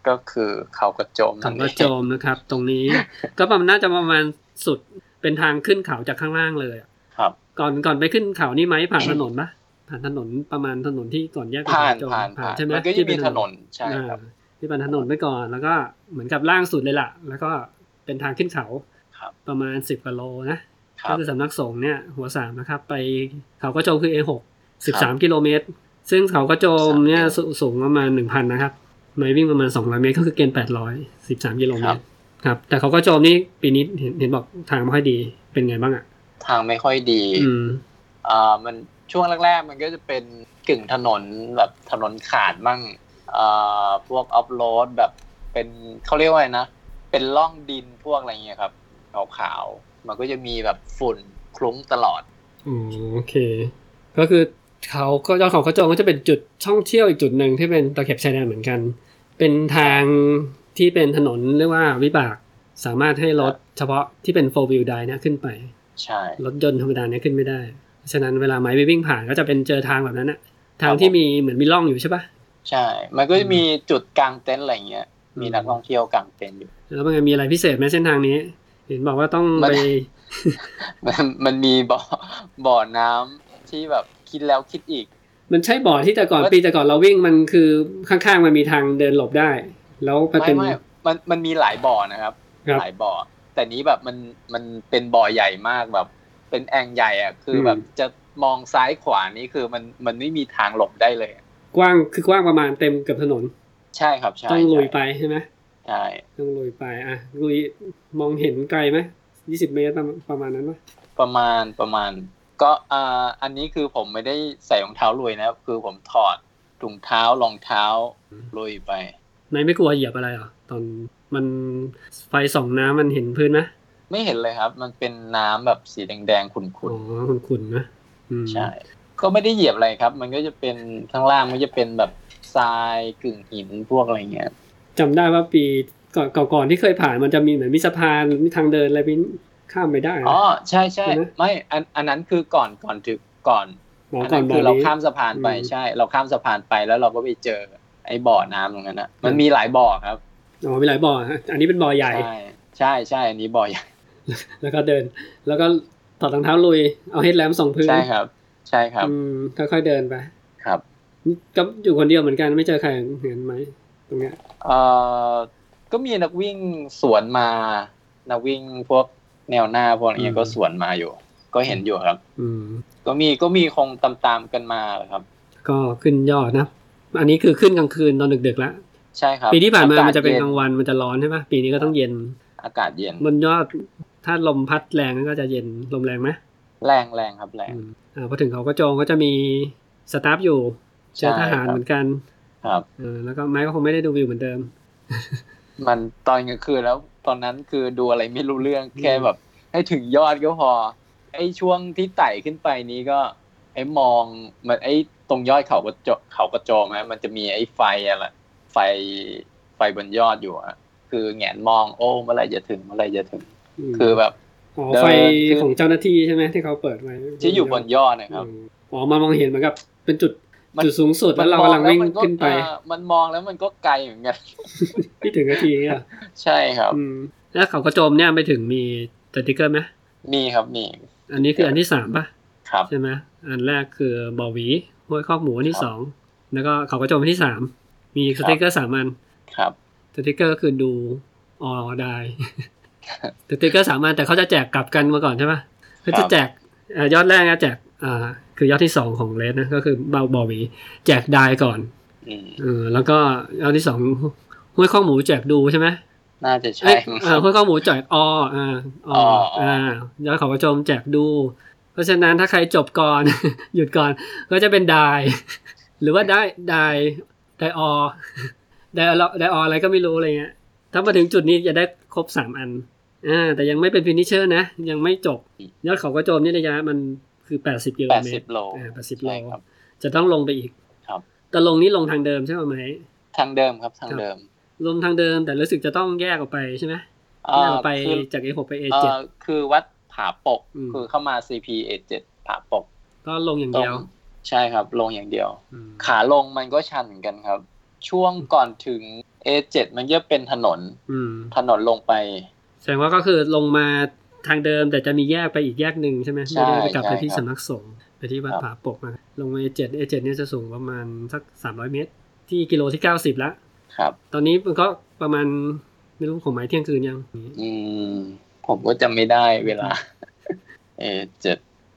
ก็คือเขากระโจม
เขาก
นั่นเอ
ระ
ง
โจมนะครับ ตรงนี้ ก็ประมาณน่าจะประมาณสุดเป็นทางขึ้นเขาจากข้างล่างเลยอะ
ครับ
ก่อนก่อนไปขึ้นเขานี่ไหมผ่านถนนปะผ่านถนนประมาณถนนที่ก่อนแยกไป
ผ่าน
เขโจม
ผ่านผ่าน
ใช่ไหม
มันก็จะ
ที่เป็
มีถนน
ถ
ใช่ครั
อ่า
บ
ที่เป็นถนนไปก่อนแล้วก็เหมือนกับล่างสุดเลยล่ะ แล้วก็เป็นทางขึ้นเขา
ครับ
ประมาณสิบกว่าโลนะ
ค
ก็
รับ
คือสำนักสงฆ์เนี่ยหัวสามนะครับ ไปเขากระโจมคือ A6 13 กิโลเมตร ซึ่งเขากระโจมเนี่ย
ครับ
สสูงประมาณ 1,000 นะครับไมล์วิ่งประมาณ 200 เมตรก็คือเกณฑ์800 13 กิโลเม
ครั
ต
บ
รครับแต่เขากระโจมนี่ปีนี้เห็นเห็นบอกทางไม่ค่อยดีเป็นไงบ้างอ่ะ
ทางไม่ค่อยดี
อืม
อ่ามันช่วงแรก ๆ มันก็จะเป็นกึ่งถนนแบบถนนขาดมั่งอ่าพวกออฟโรดแบบเป็นเขาเรียกว่าไงนะ เป็นล่องดินพวกอะไรเงี้ยครับขาวๆมันก็จะมีแบบฝุ่นคลุ้งตลอด
อ๋อโอเค ก็คือเขาก็ยอดเขากระโจมก็จะเป็นจุดช่องเที่ยวอีกจุดหนึ่งที่เป็นตะเข็บชายแดนเหมือนกัน เป็นทางที่เป็นถนนเรียกว่าวิบากสามารถให้รถเฉพาะที่เป็น four wheel drive เนี่ยขึ้นไป
ใช่
รถยนต์ธรรมดาเนี่ยขึ้นไม่ได้ ฉะนั้นเวลาไม้ไปวิ่งผ่านก็จะเป็นเจอทางแบบนั้นอะทางที่มีเหมือนมีร่องอยู่ใช่ปะ
ใช่ มันก็จะมีจุดกลางเต็นท์อะไรเงี้ย
อืม
มีนักท่องเที่ยวกลางเต็นท์อยู่
แล้วมันมีอะไรพิเศษไหมเส้นทางนี้ เห็นบอกว่าต้อง
มัน
ไป
มันมันมีบ่อบ่อน้ำที่แบบคิดแล้วคิดอีก
มันใช่บ่อที่แต่ก่อนปีแต่ก่อนเราวิ่งมันคือข้างๆมันมีทางเดินหลบได้ แล้วมัน
ไม่
เป็น
ไม่มันมันมีหลายบ่อนะครับ
ครับ
หลายบ่อ แต่นี้แบบมันมันเป็นบ่อใหญ่มากแบบ เป็นแองใหญ่อ่ะ คือแบบจะมองซ้ายขวานี่คือมันมันไม่มีทางหลบได้เลย
กว้างคือกว้างประมาณเต็มเกือบถนน
ใช่ครับ ใช่
ต้องลุย
ใช่
ไปใช่ไหม
ใช่
ต้องลุยไปอ่ะลุยมองเห็นไกลไหมยี่สิบเมตรประมาณประมาณนั้นปะ
ประมาณประมาณ ก็อ่าอันนี้คือผมไม่ได้ใส่รองเท้าลุยนะครับ คือผมถอดถุงเท้ารองเท้าลุยไป
นายไม่กลัวเหยียบอะไรเหรอตอนมันไฟส่องน้ำมันเห็นพื้นไหม
ไม่เห็นเลยครับ มันเป็นน้ำแบบสีแดงๆ ขุ่
อ๋
น
อขุ่นๆนะอืม
ๆ ใช่ ก็ไม่ได้เหยียบอะไรครับ มันก็จะเป็นข้างล่างมันจะเป็นแบบทรายกึ่งหินพวกอะไรเงี้ย
จำได้ว่าปีก่อนก่อนๆที่เคยผ่านมันจะมีเหมือนมีสะพานมีทางเดินอะไรไปข้ามไปได้นะ
อ๋อ ใช่ใช่
ใช่ไหม
ไม่ อันอันนั้นคือก่อนก่อนถึงก่อน
หมอ
อัน
ก่อ
นั้น น
บอ
คื
ก
เรา
นี้
ข้ามสะพานไป
อืม
ใช่ เราข้ามสะพานไปแล้วเราก็ไปเจอไอ้บ่อน้ำตรงนั้นนะมันมีหลายบ่อครับ
อ๋อมีหลายบ่อฮะอันนี้เป็นบ่อใหญ่
ใช่ ใช่ใช่อันนี้บ่อใหญ่
แล้วก็เดิน แล้วก็ถอดรองเท้าลุย เอาเฮดแลมป์ส่องพื้น
ใช่ครับ ใช่ครับ
อืมค่อยๆเดินไป
ครับ
ก็อยู่คนเดียวเหมือนกันไม่เจอใครเห็นไหมตรงเนี้ย
เอ่อก็มีนักวิ่งสวนมา นักวิ่งพวกแนวหน้าพวกอะไรเงี้ยก็สวนมาอยู่ ก็เห็นอยู่ครับ
อืม
ก็มีก็มีคงตามๆกันมาแหละครับ
ก็ขึ้นยอดนะ อันนี้คือขึ้นกลางคืนตอนดึกๆแล้ว
ใช่ครับ
ปีที่ผ่านมา
อ
มันจะเป็น
ย็
กลางวันมันจะร้อนใช่ปะปีนี้ก็ต้องเย็น
อากาศเย็น
บนยอดถ้าลมพัดแรงก็จะเย็นลมแรงไหม
แรงแรงครับแรง
อืมอ่าพอถึงเขากระโจงก็จะมีสตาฟอยู่เจอทหาร
ใช่ครับ
เหมือนกัน
ครับ
เออแล้วก็ไม้ก็คงไม่ได้ดูวิวเหมือนเดิม
มันตอนกลางคืนแล้วตอนนั้นคือดูอะไรไม่รู้เรื่องแค่แบบ ให้ถึงยอดก็พอ ไอ้ช่วงที่ไต่ขึ้นไปนี้ก็ ไอ้มองมันไอ้ตรงยอดเขากระโจเขากระโจมฮะมันจะมีไอ้ไฟอะไรไฟไฟบนยอดอยู่อะคือแหงนมองโอ้เมื่อไหรจะถึงเมื่อไหรจะถึง
ม
คือแบบ
อ๋อ
เดิน
ไฟ
คือ
ของเจ้าหน้าที่ใช่ไหมที่เขาเปิดไว้
ที่อยู่บนยอดนะครับ
อืมอ๋อมามองเห็นเหมือนกับเป็นจุด
มัน
จุดสูงสุดแล้วเรากำลังวิ่ง
มันมอ
ขึ้นไป
เออมันมองแล้วมันก็ไกลเหมือน กัน
ไม่ถึงนาทีเนี้ย
ใช่ครับ
อืมแล้วเขากระโจมเนี่ยไปถึงมีสติกเกอร์ไหม
มีครับมี
อันนี้คืออันที่สามป่ะ
ครับ
ใช่ไหมอันแรกคือบอหวีห้วยคอกหมูอันที่
ครับ
สองแล้วก็เขากระโจมอันที่สามมี
ค
ส
รับ
ติกเกอร์สามอัน
ครับ
สติกเกอร์คือดูออได้ สติกเกอร์สามอันแต่เขาจะแจกกลับกันมาก่อนใช่ปะเขาจะแจกเอ่อยอดแรกนะแจกอ่าคือยอดที่สองของเลสนะก็คือเบาบอวีแจกได้ก่อน
อืม
เออแล้วก็ยอดที่สองห้วยข้องหมูแจกดูใช่ไหม
น่าจะ
เอ้
ใช่
ยเอ่อห้วยข้องหมูแจกออ่าอ
ออ่
อ่ายอดเขากระโจมแจกดู เพราะฉะนั้นถ้าใครจบก่อน หยุดก่อนก็จะเป็นได้ ห รือว่าได้ได้ได้ออ ได้อได้ออะไรก็ไม่รู้อะไรเงี้ย ถ้ามาถึงจุดนี้จะได้ครบสามอัน อ่า แต่ยังไม่เป็นฟินิชเชอร์นะ ยังไม่จบ ยอดเขากระโจมนี่ระยะมันคือแปดสิบกิโล
แปด
เม
สิ
ต
บ
ร
โล
อ่าแปดสิบโล
ใช่ครับ
จะต้องลงไปอีก
ครับ
แต่ลงนี้ลงทางเดิมใช่ไหมไหม
ทางเดิมครับทางเดิม
ลงทางเดิมแต่รู้สึกจะต้องแยกออกไปใช่ไหม ที่เราไป
คือ
จาก A6 ไป
เอ่
A7
อคือวัดผาปก
อืม
คือเข้ามา CP A7 ผาปก
ก็ลงอย่าง
ตร
เดี
ง
ยว
ใช่ครับ ลงอย่างเดียว
อืม
ขาลงมันก็ชันเหมือนกันครับ ช่วงก่อนถึง A7 มันจะเป็นถนน
อืม
ถนนลงไป
แสดงว่าก็คือลงมาทางเดิมแต่จะมีแยกไปอีกแยกหนึ่งใช่ไหม
ใช่
ไม่ได้ไปกลับไปที่
ใช่ครับ
สำนักสงฆ์ไปที่วัด
ครับ
ผาปกมาลงมา A7 A7 เนี่ยจะสูงประมาณสักสามร้อยเมตร ที่กิโลที่เก้าสิบละ
ครับ
ตอนนี้มันก็ประมาณไม่รู้ของหมายเที่ยงคืนยัง
อืม ผมก็จำไม่ได้เวลา A7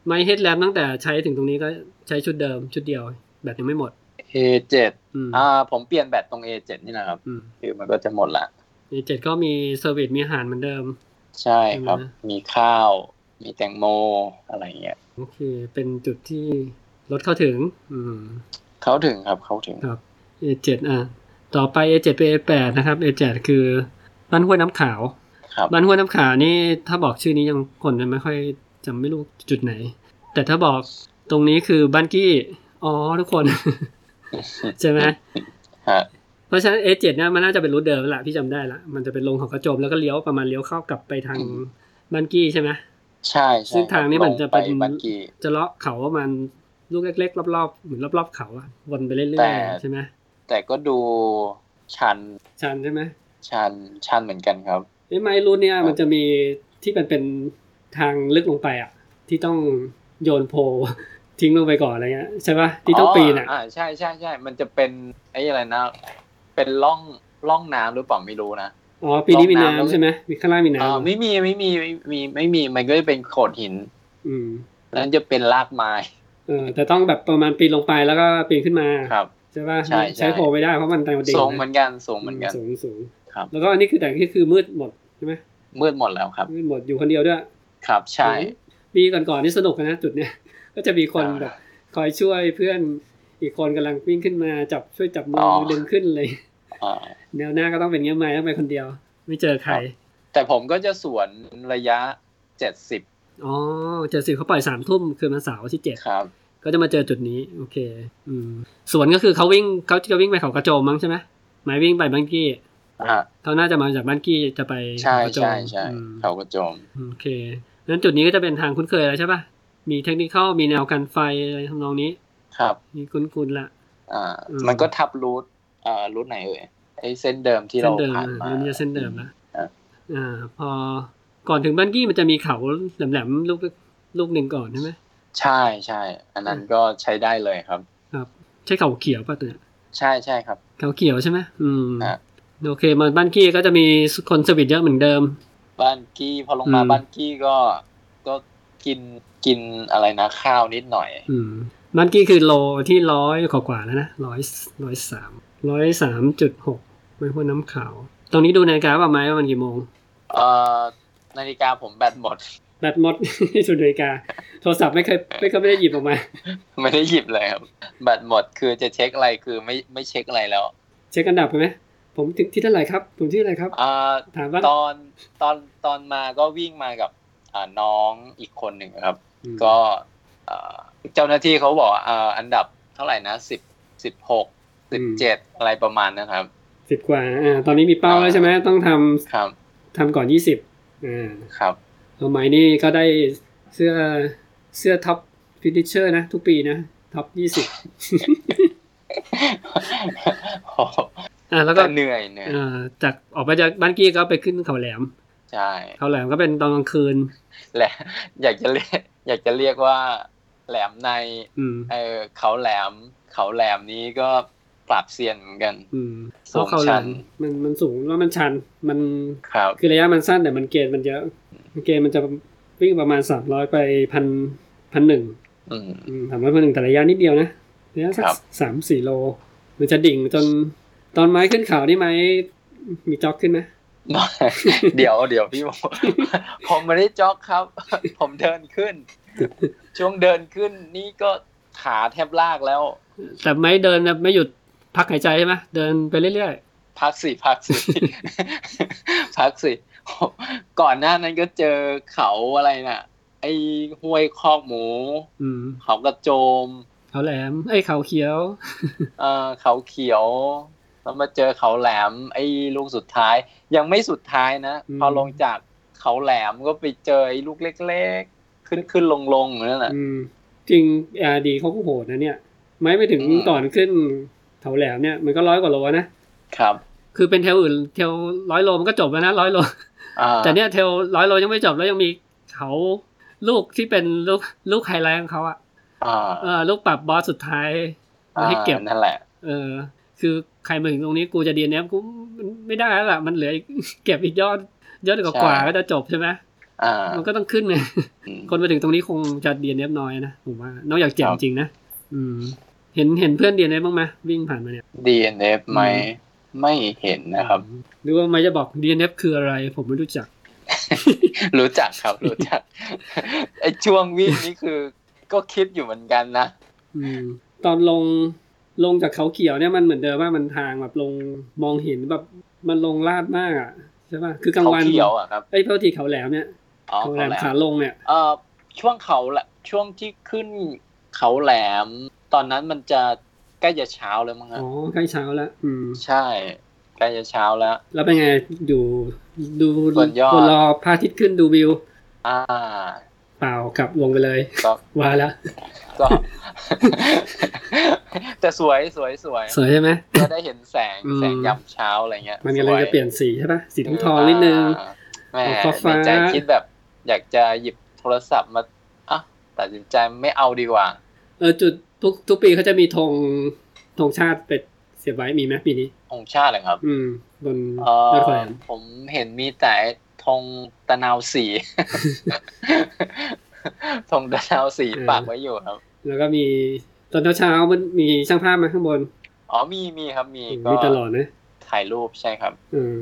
ไม่เฮดแลมตั้งแต่ใช้ถึงตรงนี้ก็ใช้ชุดเดิมชุดเดียว แบตยังไม่หมด
A7
อืม
อ่า ผมเปลี่ยนแบตตรง A7 นี่นะครับ
อืม
คือมันก็จะหมดละ
ในเจ็ดก็มีเซอร์วิสมีอาหารเหมือนเดิม
ใช่ครับ
ใช่ไหม
มีข้าว มีแตงโมอะไรเงี้ย
โอเค เป็นจุดที่รถเข้าถึง อืม
เขาถึงครับเขาถึง
ครับ A7 อ่ะ ต่อไป A7 ไป A8 นะครับ A8 คือบ้านห้วยน้ำขาว
ครับ
บ้านห้วยน้ำขาวนี่ถ้าบอกชื่อนี้ยังคนจะไม่ค่อยจำไม่รู้จุดไหน แต่ถ้าบอกตรงนี้คือบ้านกี้อ๋อทุกคน ใช่ไหม
ฮะ
เพราะฉะนั้น A7 เนี่ยมันน่าจะเป็นรูทเดิมแล้วละพี่จำได้ละ มันจะเป็นลงเขากระโจมแล้วก็เลี้ยวประมาณเลี้ยวเข้ากลับไปทาง
อืม
บ้านกี้ใช่ไหม
ใช่ใช่
ซึ่งทางนี้มันจะเป็น
ลงไบันกี
จะเลาะเขาประมาณลูกเล็ก ๆ รอบๆเหมือนรอบๆเขาอะวนไปเรื่
แต่
อยๆใช่ไหม
แต่ก็ดูชัน
ชันใช่ไหม
ชันชันเหมือนกันครับ
ไอ้ไม้รูทเนี่ย
ครับ
มันจะมีที่มันเป็นทางลึกลงไปอะที่ต้องโยนโพล ทิ้งลงไปก่อนอะไรเงี้ยใช่ปะที่ต้องปีนอะ
อ่าใช่ใช่ใช่มันจะเป็นไอ้อะไรนะ เป็นล่องล่องน้ำหรือเปล่าไม่รู้นะ
อ๋อปีนี้มี
ลองน้ำ
น้ำใช่ไหมมีข้างล่างมี
อ่า
น้ำ
ไม่มีไม่มีไม่มีไม่มีมันก็จะเป็นโขดหิน
อืม
แล้วจะเป็นลากไม้
เออแต่ต้องแบบประมาณปีนลงไปแล้วก็ปีนขึ้นมา
ครับ
ใช่ป่ะ
ใช่ใช่
โคไม่ได้เพราะมันแตงเด็ก
สูงเหมือนกันสูงเหมือนกัน
สูงสูง
ครับ
แล้วก็อันนี้คือแต่งที่คือมืดหมดใช่ไหม
มืดหมดแล้วครับ
มืดหมดอยู่คนเดียวด้วย
ครับใช่
ปีก่อนๆนี่สนุกนะจุดเนี้ย ก็จะมีคน
อ่า
แบบคอยช่วยเพื่อนอีกคนกำลังวิ่งขึ้นมาจับช่วยจับมืออ
อ
ดึงขึ้นเลย
อ่า
แนวหน้าก็ต้องเป็นเงี้ยไม้ต้องไปคนเดียว ไม่เจอใคร
ครับ แต่ผมก็จะสวนระยะเจ็ดสิบ
อ๋อเจอสิเขาปล่อยสามทุ่มคืนวันเสาร์ที่เจ็ด
ครับ
ก็จะมาเจอจุดนี้ โอเค อืมสวนก็คือเขาวิ่งเขาจะวิ่งไปเขากระโจมมั้งใช่ไหมหมายวิ่งไปบ้านกี้
อ่า
เขาน่าจะมาจากบ้านกี้จะไป
ใช่
เขากระโจม
ใช่ใช่
อืม
เขากระโจม
โอเคงั้นจุดนี้ก็จะเป็นทางคุ้นเคยแล้วใช่ปะมีเทคนิคเข้ามีแนวกันไฟอะไรทำนองนี้
ครับ
มีคุ้นๆละ
อ่า
อืม
มันก็ทับรูทอ่ารูทไหนเอ่ยไอเส้นเดิมที่
เส้
เรา
นเดิม
ผ่าน
อ่ะ
มา
เริ่มจะเส้นเดิมละ
ครับ
อ่า พอ ก่อนถึงบ้านกี้มันจะมีเขาแหลมๆลูกลูกหนึ่งก่อนใช่ไหม
ใช่ใช่อันนั้น
อืม
ก็ใช้ได้เลยครับ
ใช่เขาเขียวป่ะตัวเนี่ย
ใช่ใช่ครับ
เขาเขียวใช่ไหมอืม
ครับ
โอเคมาบ้านกี้ก็จะมีคนสวิตเยอะเหมือนเดิม
บ้านกี้พอลงมา
อืม
บ้านกี้ก็ก็กินกินอะไรนะข้าวนิดหน่อย
อืมบ้านกี้คือโลที่ร้อยกว่าๆแล้วนะร้อยร้อยสามร้อยสามจุดหกไม่พ้นน้ำขาว ตรงนี้ดูนาฬิกาป่ะไหมว่ามันกี่โมง
เอ่อนาฬิกาผมแบตหมด
แบตหมด ที่สุดนาฬิกา โทรศัพท์ไม่เคยไม่เคยไม่ได้หยิบออกมา
ไม่ได้หยิบเลยครับแบตหมดคือจะเช็คอะไรคือไม่ไม่เช็คอะไรแล้ว
เช็คอันดับไปไหมผมถึงที่เท่าไหร่ครับ ผมที่อะไรครับ
อ่า
ถามว่า
ตอนตอนตอนมาก็วิ่งมากับอ่าน้องอีกคนหนึ่งครับ
อืม
ก็เอ่อเจ้าหน้าที่เขาบอกว่าเอ่ออันดับเท่าไหร่นะสิบสิบหกสิบเจ็ดอะไรประมาณนะครับ
สิบกว่าอ่า ตอนนี้มีเป้าแล้วใช่ไหมต้องทำ
ครับ
ทำก่อนยี่สิบอ่า
ครับ
เอาไหมนี่ก็ได้เสื้อเสื้อท็อปฟินิชเชอร์นะ ทุกปีนะท็อปยี่สิบ อ่าแล้วก็
ก็เหนื่อยเหนื่อย
อ่าจากออกไปจากบ้านกี้ก็ไปขึ้นเขาแหลม
ใช่
เขาแหลมก็เป็นตอนกลางคืน
และอยากจะเรียกอยากจะเรียกว่าแหลมใน
อืม
เออเขาแหลม เขาแหลมนี้ก็ปรับเซียนเหมือนกัน
อืมเพ
สูง
ราะเขาแหล
ชัน
มมันมันสูงแล้วมันชันมัน
ครับ
คือระยะมันสั้นแต่มันเกณฑ์มันเยอะ เกณฑ์มันจะวิ่งประมาณสามร้อยไปพันพันหนึ่ง
อืม
สามร้อยพันหนึ่งแต่ระยะนิดเดียวนะระยะสัก
ครับ
สามสี่โล มันจะดิ่งจนตอนไม้ขึ้นเขานี่ไม้มีจ็อกขึ้นไหม
เดี๋ยวเดี๋ยวพี่ บอก ผมไม่ได้จ็อกครับ ผมเดินขึ้น ช่วงเดินขึ้นนี่ก็ขาแทบลากแล้ว
แต่ไม้เดินแบบไม่หยุดพักหายใจใช่ไหมเดินไปเรื่อย
พักสิพักสิ พักสิก่อนหน้านั้นก็เจอเขาอะไรน่ะ ไอ้ห้วยคอกหมู
ๆอืม
เขากระโจม
เขาแหลมไอ้ยเขาเขียว
เอ่อเขาเขียว เอ แล้วมาเจอเขาแหลม ไอ้ลูกสุดท้าย ยังไม่สุดท้ายนะ
อืม
พอลงจากเขาแหลมก็ไปเจอไอ้ลูกเล็กๆ ขึ้นขึ้นลงลงๆนั่นแหละ
อืมจริงแอร์ดีเขาก็โหดนะเนี่ย ไม่ไปถึง
อืม
ก่อนขึ้นเขาแหลมเนี่ยมันก็ร้อยกว่าโลนะครับคือเป็นเทลอื่นเทลร้อยโลมันก็จบแล้วนะร้อยโล
อ่า
แต่เนี่ยเทลร้อยโลยังไม่จบแล้วยังมีเขาลูกที่เป็นลูกลูกไฮไลท์ของเขาอะ
อ่า
เออลูกปรับบอสสุดท้าย
อ่า
ให้เก็บ
นั่นแหละ
เออ คือใครมาถึงตรงนี้กูจะดีเนฟกูมันไม่ได้แล้วล่ะ มันเหลืออีก เก็บอีกยอดยอดกว่ากว่า
ใช่
ก็จะจบใช่ไหม
อ่า
มันก็ต้องขึ้นไง
อืม
คนมาถึงตรงนี้คงจะดีเนฟน้อยนะผมว่านอกจากเจ็บ
ครับ
จริงนะอืม เห็นเห็นเพื่อนดีเนฟบ้างไหมวิ่งผ่านมาเนี่ย
DNF ไหม
อื
ไม่เห็นนะครับ
หรือว่าไม่จะบอกดีเนฟคืออะไร ผมไม่รู้จัก
รู้จัก ครับ รู้จักไอ้ช่วงวิ่งนี่คือ ก็คิดอยู่เหมือนกันนะ
อืมตอนลงลงจากเขาเขียวเนี่ยมันเหมือนเดิมว่ามันทางแบบลงมองเห็นแบบมันลงลาดมากอ่ะใช่ป่ะคือกลาง
เขา
วัน
เขียวอ่ะครับ
ไอ้ยเพอทีเขาแหลมเนี่ย
อ๋อ
เขาแหล
เขา
ม
แหล
ขาม ลงเนี่ย
เอ่อช่วงเขาแหละช่วงที่ขึ้นเขาแหลม ตอนนั้นมันจะใกล้จะเช้าแล้วมั้งครั
อ๋
บ
อใกล้เช้าแล้วอืม
ใช่ ใกล้จะเช้าแล้ว
แล้วเป็นไงอยู่ดู
บนยอด
รอพระอาทิตย์ขึ้นดูวิว
อ่า
เปล่ากลับลงไปเลย
ครับ
ว่าแล้ว
ก็ แต่สวยสวยสวย
สวยใช่ไหม
ก็ได้เห็นแสง
อืม
แสงยามเช้าอะไรเงี้ย
มันกำลัง
สว
จะเปลี่ยนสีใช่ปะสีทองทองๆนิดนึง
อ่าแหม่
ฟ้าฟ้า
ในใจคิดแบบ อยากจะหยิบโทรศัพท์มาอ่ะตัดสินใจไม่เอาดีกว่า
เออจุดทุกทุกปีเขาจะมีธงธงชาติเป็ดเสียบไว้มีไหมปีนี้
องค์ชาติเหรอครับ
อืม บน
เอ่
ยอด
อ
แขวน
ผมเห็นมีแต่ธงตะนาวสี ธงตะนาวสีปักไว้อยู่ครับ
แล้วก็มีตอนเช้าเช้าๆมันมีช่างภาพมาข้างบน
อ๋อมีมีครับมี
อืม
ก็
มีตลอดนะ
ถ่ายรูปใช่ครับ
เออ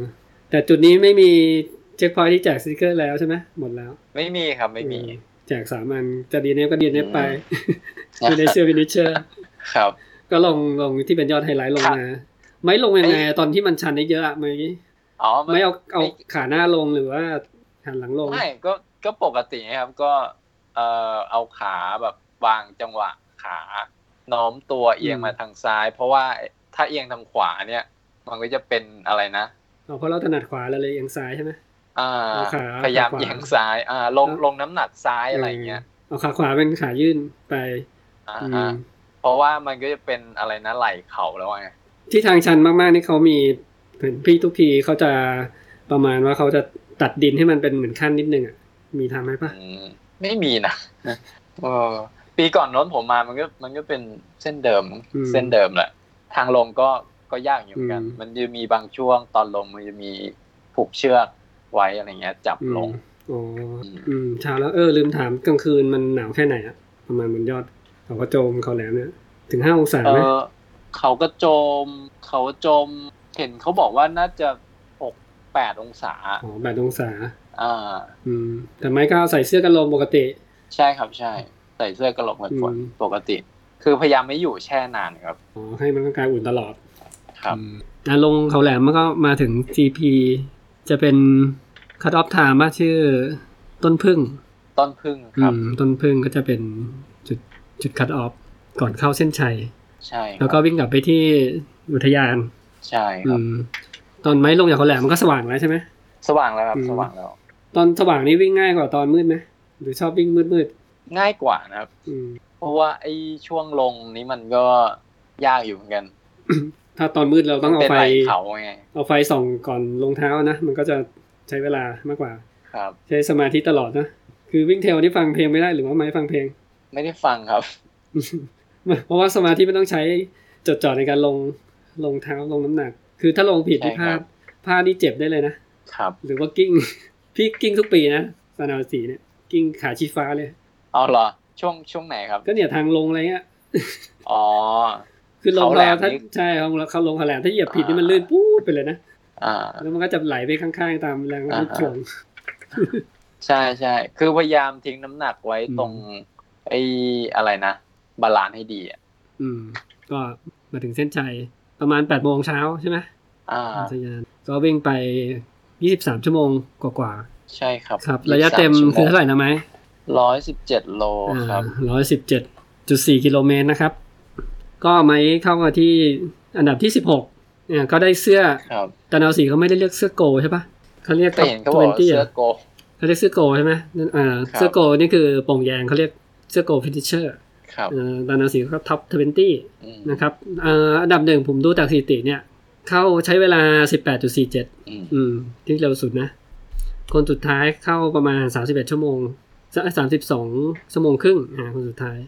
แต่จุดนี้ไม่มีเช็คพอยท์ที่แจกสติกเกอร์แล้วใช่ไหมหมดแล้ว
ไม่มีครับไม่มี
เออแจกสามัญจะดีเนฟก็ดีเนฟไป
อืม
อยู่ในเซอร์วินิเชอร์
ครับ
ก็ลงลงที่เป็นยอดไฮไลท์ลงมาไม่ลงยังไงอะตอนที่มันชันเยอะๆอะไม่
อ๋อมัน
ไม่เอาเอา
ไม่
ขาหน้าลงหรือว่าหันหลังลง
ไม่ก็ก็ปกติครับก็ เอ่อเอาขาแบบวางจังหวะขาโน้อมตัวเอียง
อืม
มาทางซ้าย เพราะว่าถ้าเอียงทางขวาเนี่ย มันก็จะเป็นอะไรนะ
เอาเพราะเราถนัดขวาแล้วเลยเอียงซ้ายใช่ไหม
อ่า
เอาขา
พยายาม
ขาขวา
เอียงซ้าย อ่า ลง
แล้ว
ลงน้ำหนักซ้ายอะไรเงี้ย
เอาขาขวาเป็นขายื่นไป
อ่า
อื
ฮะ
ม
เพราะว่ามันก็จะเป็นอะไรนะไหล่เข่าแล้วไง
ที่ทางชันมากๆนี่เขามีเหมือนพี่ทุกทีเขาจะประมาณว่าเขาจะตัดดินให้มันเป็นเหมือนขั้นนิดนึงอ่ะมีทำไหมปะ
อืม ไม่มี นะเออปีก่อนโน้นผมมามันก็มันก็เป็นเส้นเดิม เส้นเดิมแหละ ทางลงก็ก็ยากอยู่เหมือนกัน มันจะมีบางช่วงตอนลงมันจะมีผูกเชือกไว้อะไรเงี้ย จับ
อืม
ลง
อ๋ออ
ม
อืมเช้าแล้วเออลืมถามกลางคืนมันหนาวแค่ไหนอ่ะประมาณบนยอดเขากระโจมเขาแหลมเนี่ยถึงห้าองศา
เอ
ไหม
อเขาก็โจม เขาโจม เห็นเขาบอกว่าน่าจะหกแปดองศา
อ๋อแปดองศา
อ่า
อืมแต่ไม้ก็ใส่เสื้อกันลมปกติ
ใช่ครับใช่ ใส่เสื้อกระโหลกกันฝน
อืม
ปกติ คือพยายามไม่อยู่แช่นานครับ
อ๋อให้มันร่างกายอุ่นตลอด
ครับ
อืมอ่ะลงเขาแหลมมันก็มาถึง GP จะเป็นคัตออฟไทม์ว่าชื่อต้นพึ่ง
ต้นพึ่งครับ
อืมต้นพึ่งก็จะเป็นจุดจุดคัตออฟก่อนเข้าเส้นชัย
ใช่ครับ
แล้วก็วิ่งกลับไปที่อุทยาน
ใช่ค
อื
รับ
มตอนไม้ลงจากเขาแหลมมันก็สว่างแล้วใช่ไหม
สว่างแล้วครับ
อืม
สว่างแล้ว
ตอนสว่างนี่วิ่งง่ายกว่าตอนมืดไหมหรือชอบวิ่งมืดมืด
ง่ายกว่านะครับ
ๆอืม
เพราะว่าไอ้ช่วงลงนี้มันก็ยากอยู่เหมือนกัน
ถ้าตอนมืดเราต้องเอา
เป็น
ไฟ
ไหลเขาไง
เอาไฟส่องก่อนลงเท้านะมันก็จะใช้เวลามากกว่า
ครับ
ใช้สมาธิตลอดนะ คือวิ่งเทรลนี่ฟังเพลงไม่ได้หรือว่าไม่ฟังเพลง
ไม่ได้ฟังครับ
เพราะว่าสมาธิมันต้องใช้จดจ่อในการลงลงเท้าลงน้ำหนัก คือถ้าลงผิด
ใช่
ที่พลา
ครั
ด
บ
พลาดนี่เจ็บได้เลยนะ
ครับ
หรือว่ากิ้ง พี่กิ้งทุกปีนะสนามสีเนี่ย กิ้งขาชี้ฟ้าเลย
เอาเหรอช่วงช่วงไหนครับ
ก็เนี่ยทางลงอะไรเงี้ย
อ๋อ
คือลง
เขาแหล
เรา
ม
ถ้า
นี่
ใช่ของเราเขาลงเขาแหลมถ้าเหยียบผิดนี่
อ่ามั
มันลื่นปู๊ดไปเลยนะ
อ่า
แล้วมันก็จะไหลไปข้างๆตามแรง
อ่า
โน้มถ่วง
ใช่ใช่คือพยายามทิ้งน้ำหนักไว้
อืม
ตรงไอ้อะไรนะบาลานซ์ให้ดีอ่ะ
อืม ก็มาถึงเส้นชัยประมาณ8ปดโมงเช้าใช่ไหม
อ่า
อุทยานก็วิ่งไป 23 ชั่วโมงกว่าๆ
ใช่ครับ
ครับระยะเต็มคือเท่าไหร่นะไหม
ร้อยสิบเจ็ดโลครับ
ร้อยสิบเจ็ดจุดสี่กิโลเมตรนะครับ ก็ไม้เข้ามาที่อันดับที่สิบหก เนี่ยเขาได้เสื้อ
ครับ
ดานาวสีเขาไม่ได้เรียกเสื้อโกใช่ปะเขาเรียก
แต่เห็นเขาบอกว่า
20
เสื้อโก
เขาเรียกเสื้อโกใช่ไหมนั่นเอ่อ
ครับ
เสื้อโกนี่คือโป่งแยงเขาเรียกเสื้อโกฟินิชเชอร์
ครับ
เอ่อดานาวสีเขาท็อปทเวนตี้
อืม
นะครับเอ่ออันดับหนึ่งผมดูจากสถิติเนี่ย เข้าใช้เวลา 18.47
อืม
อืม ที่เร็วสุดนะ คนสุดท้ายเข้าประมาณ 31 ชั่วโมงส32 ชั่วโมงครึ่งอ่าคนสุดท้าย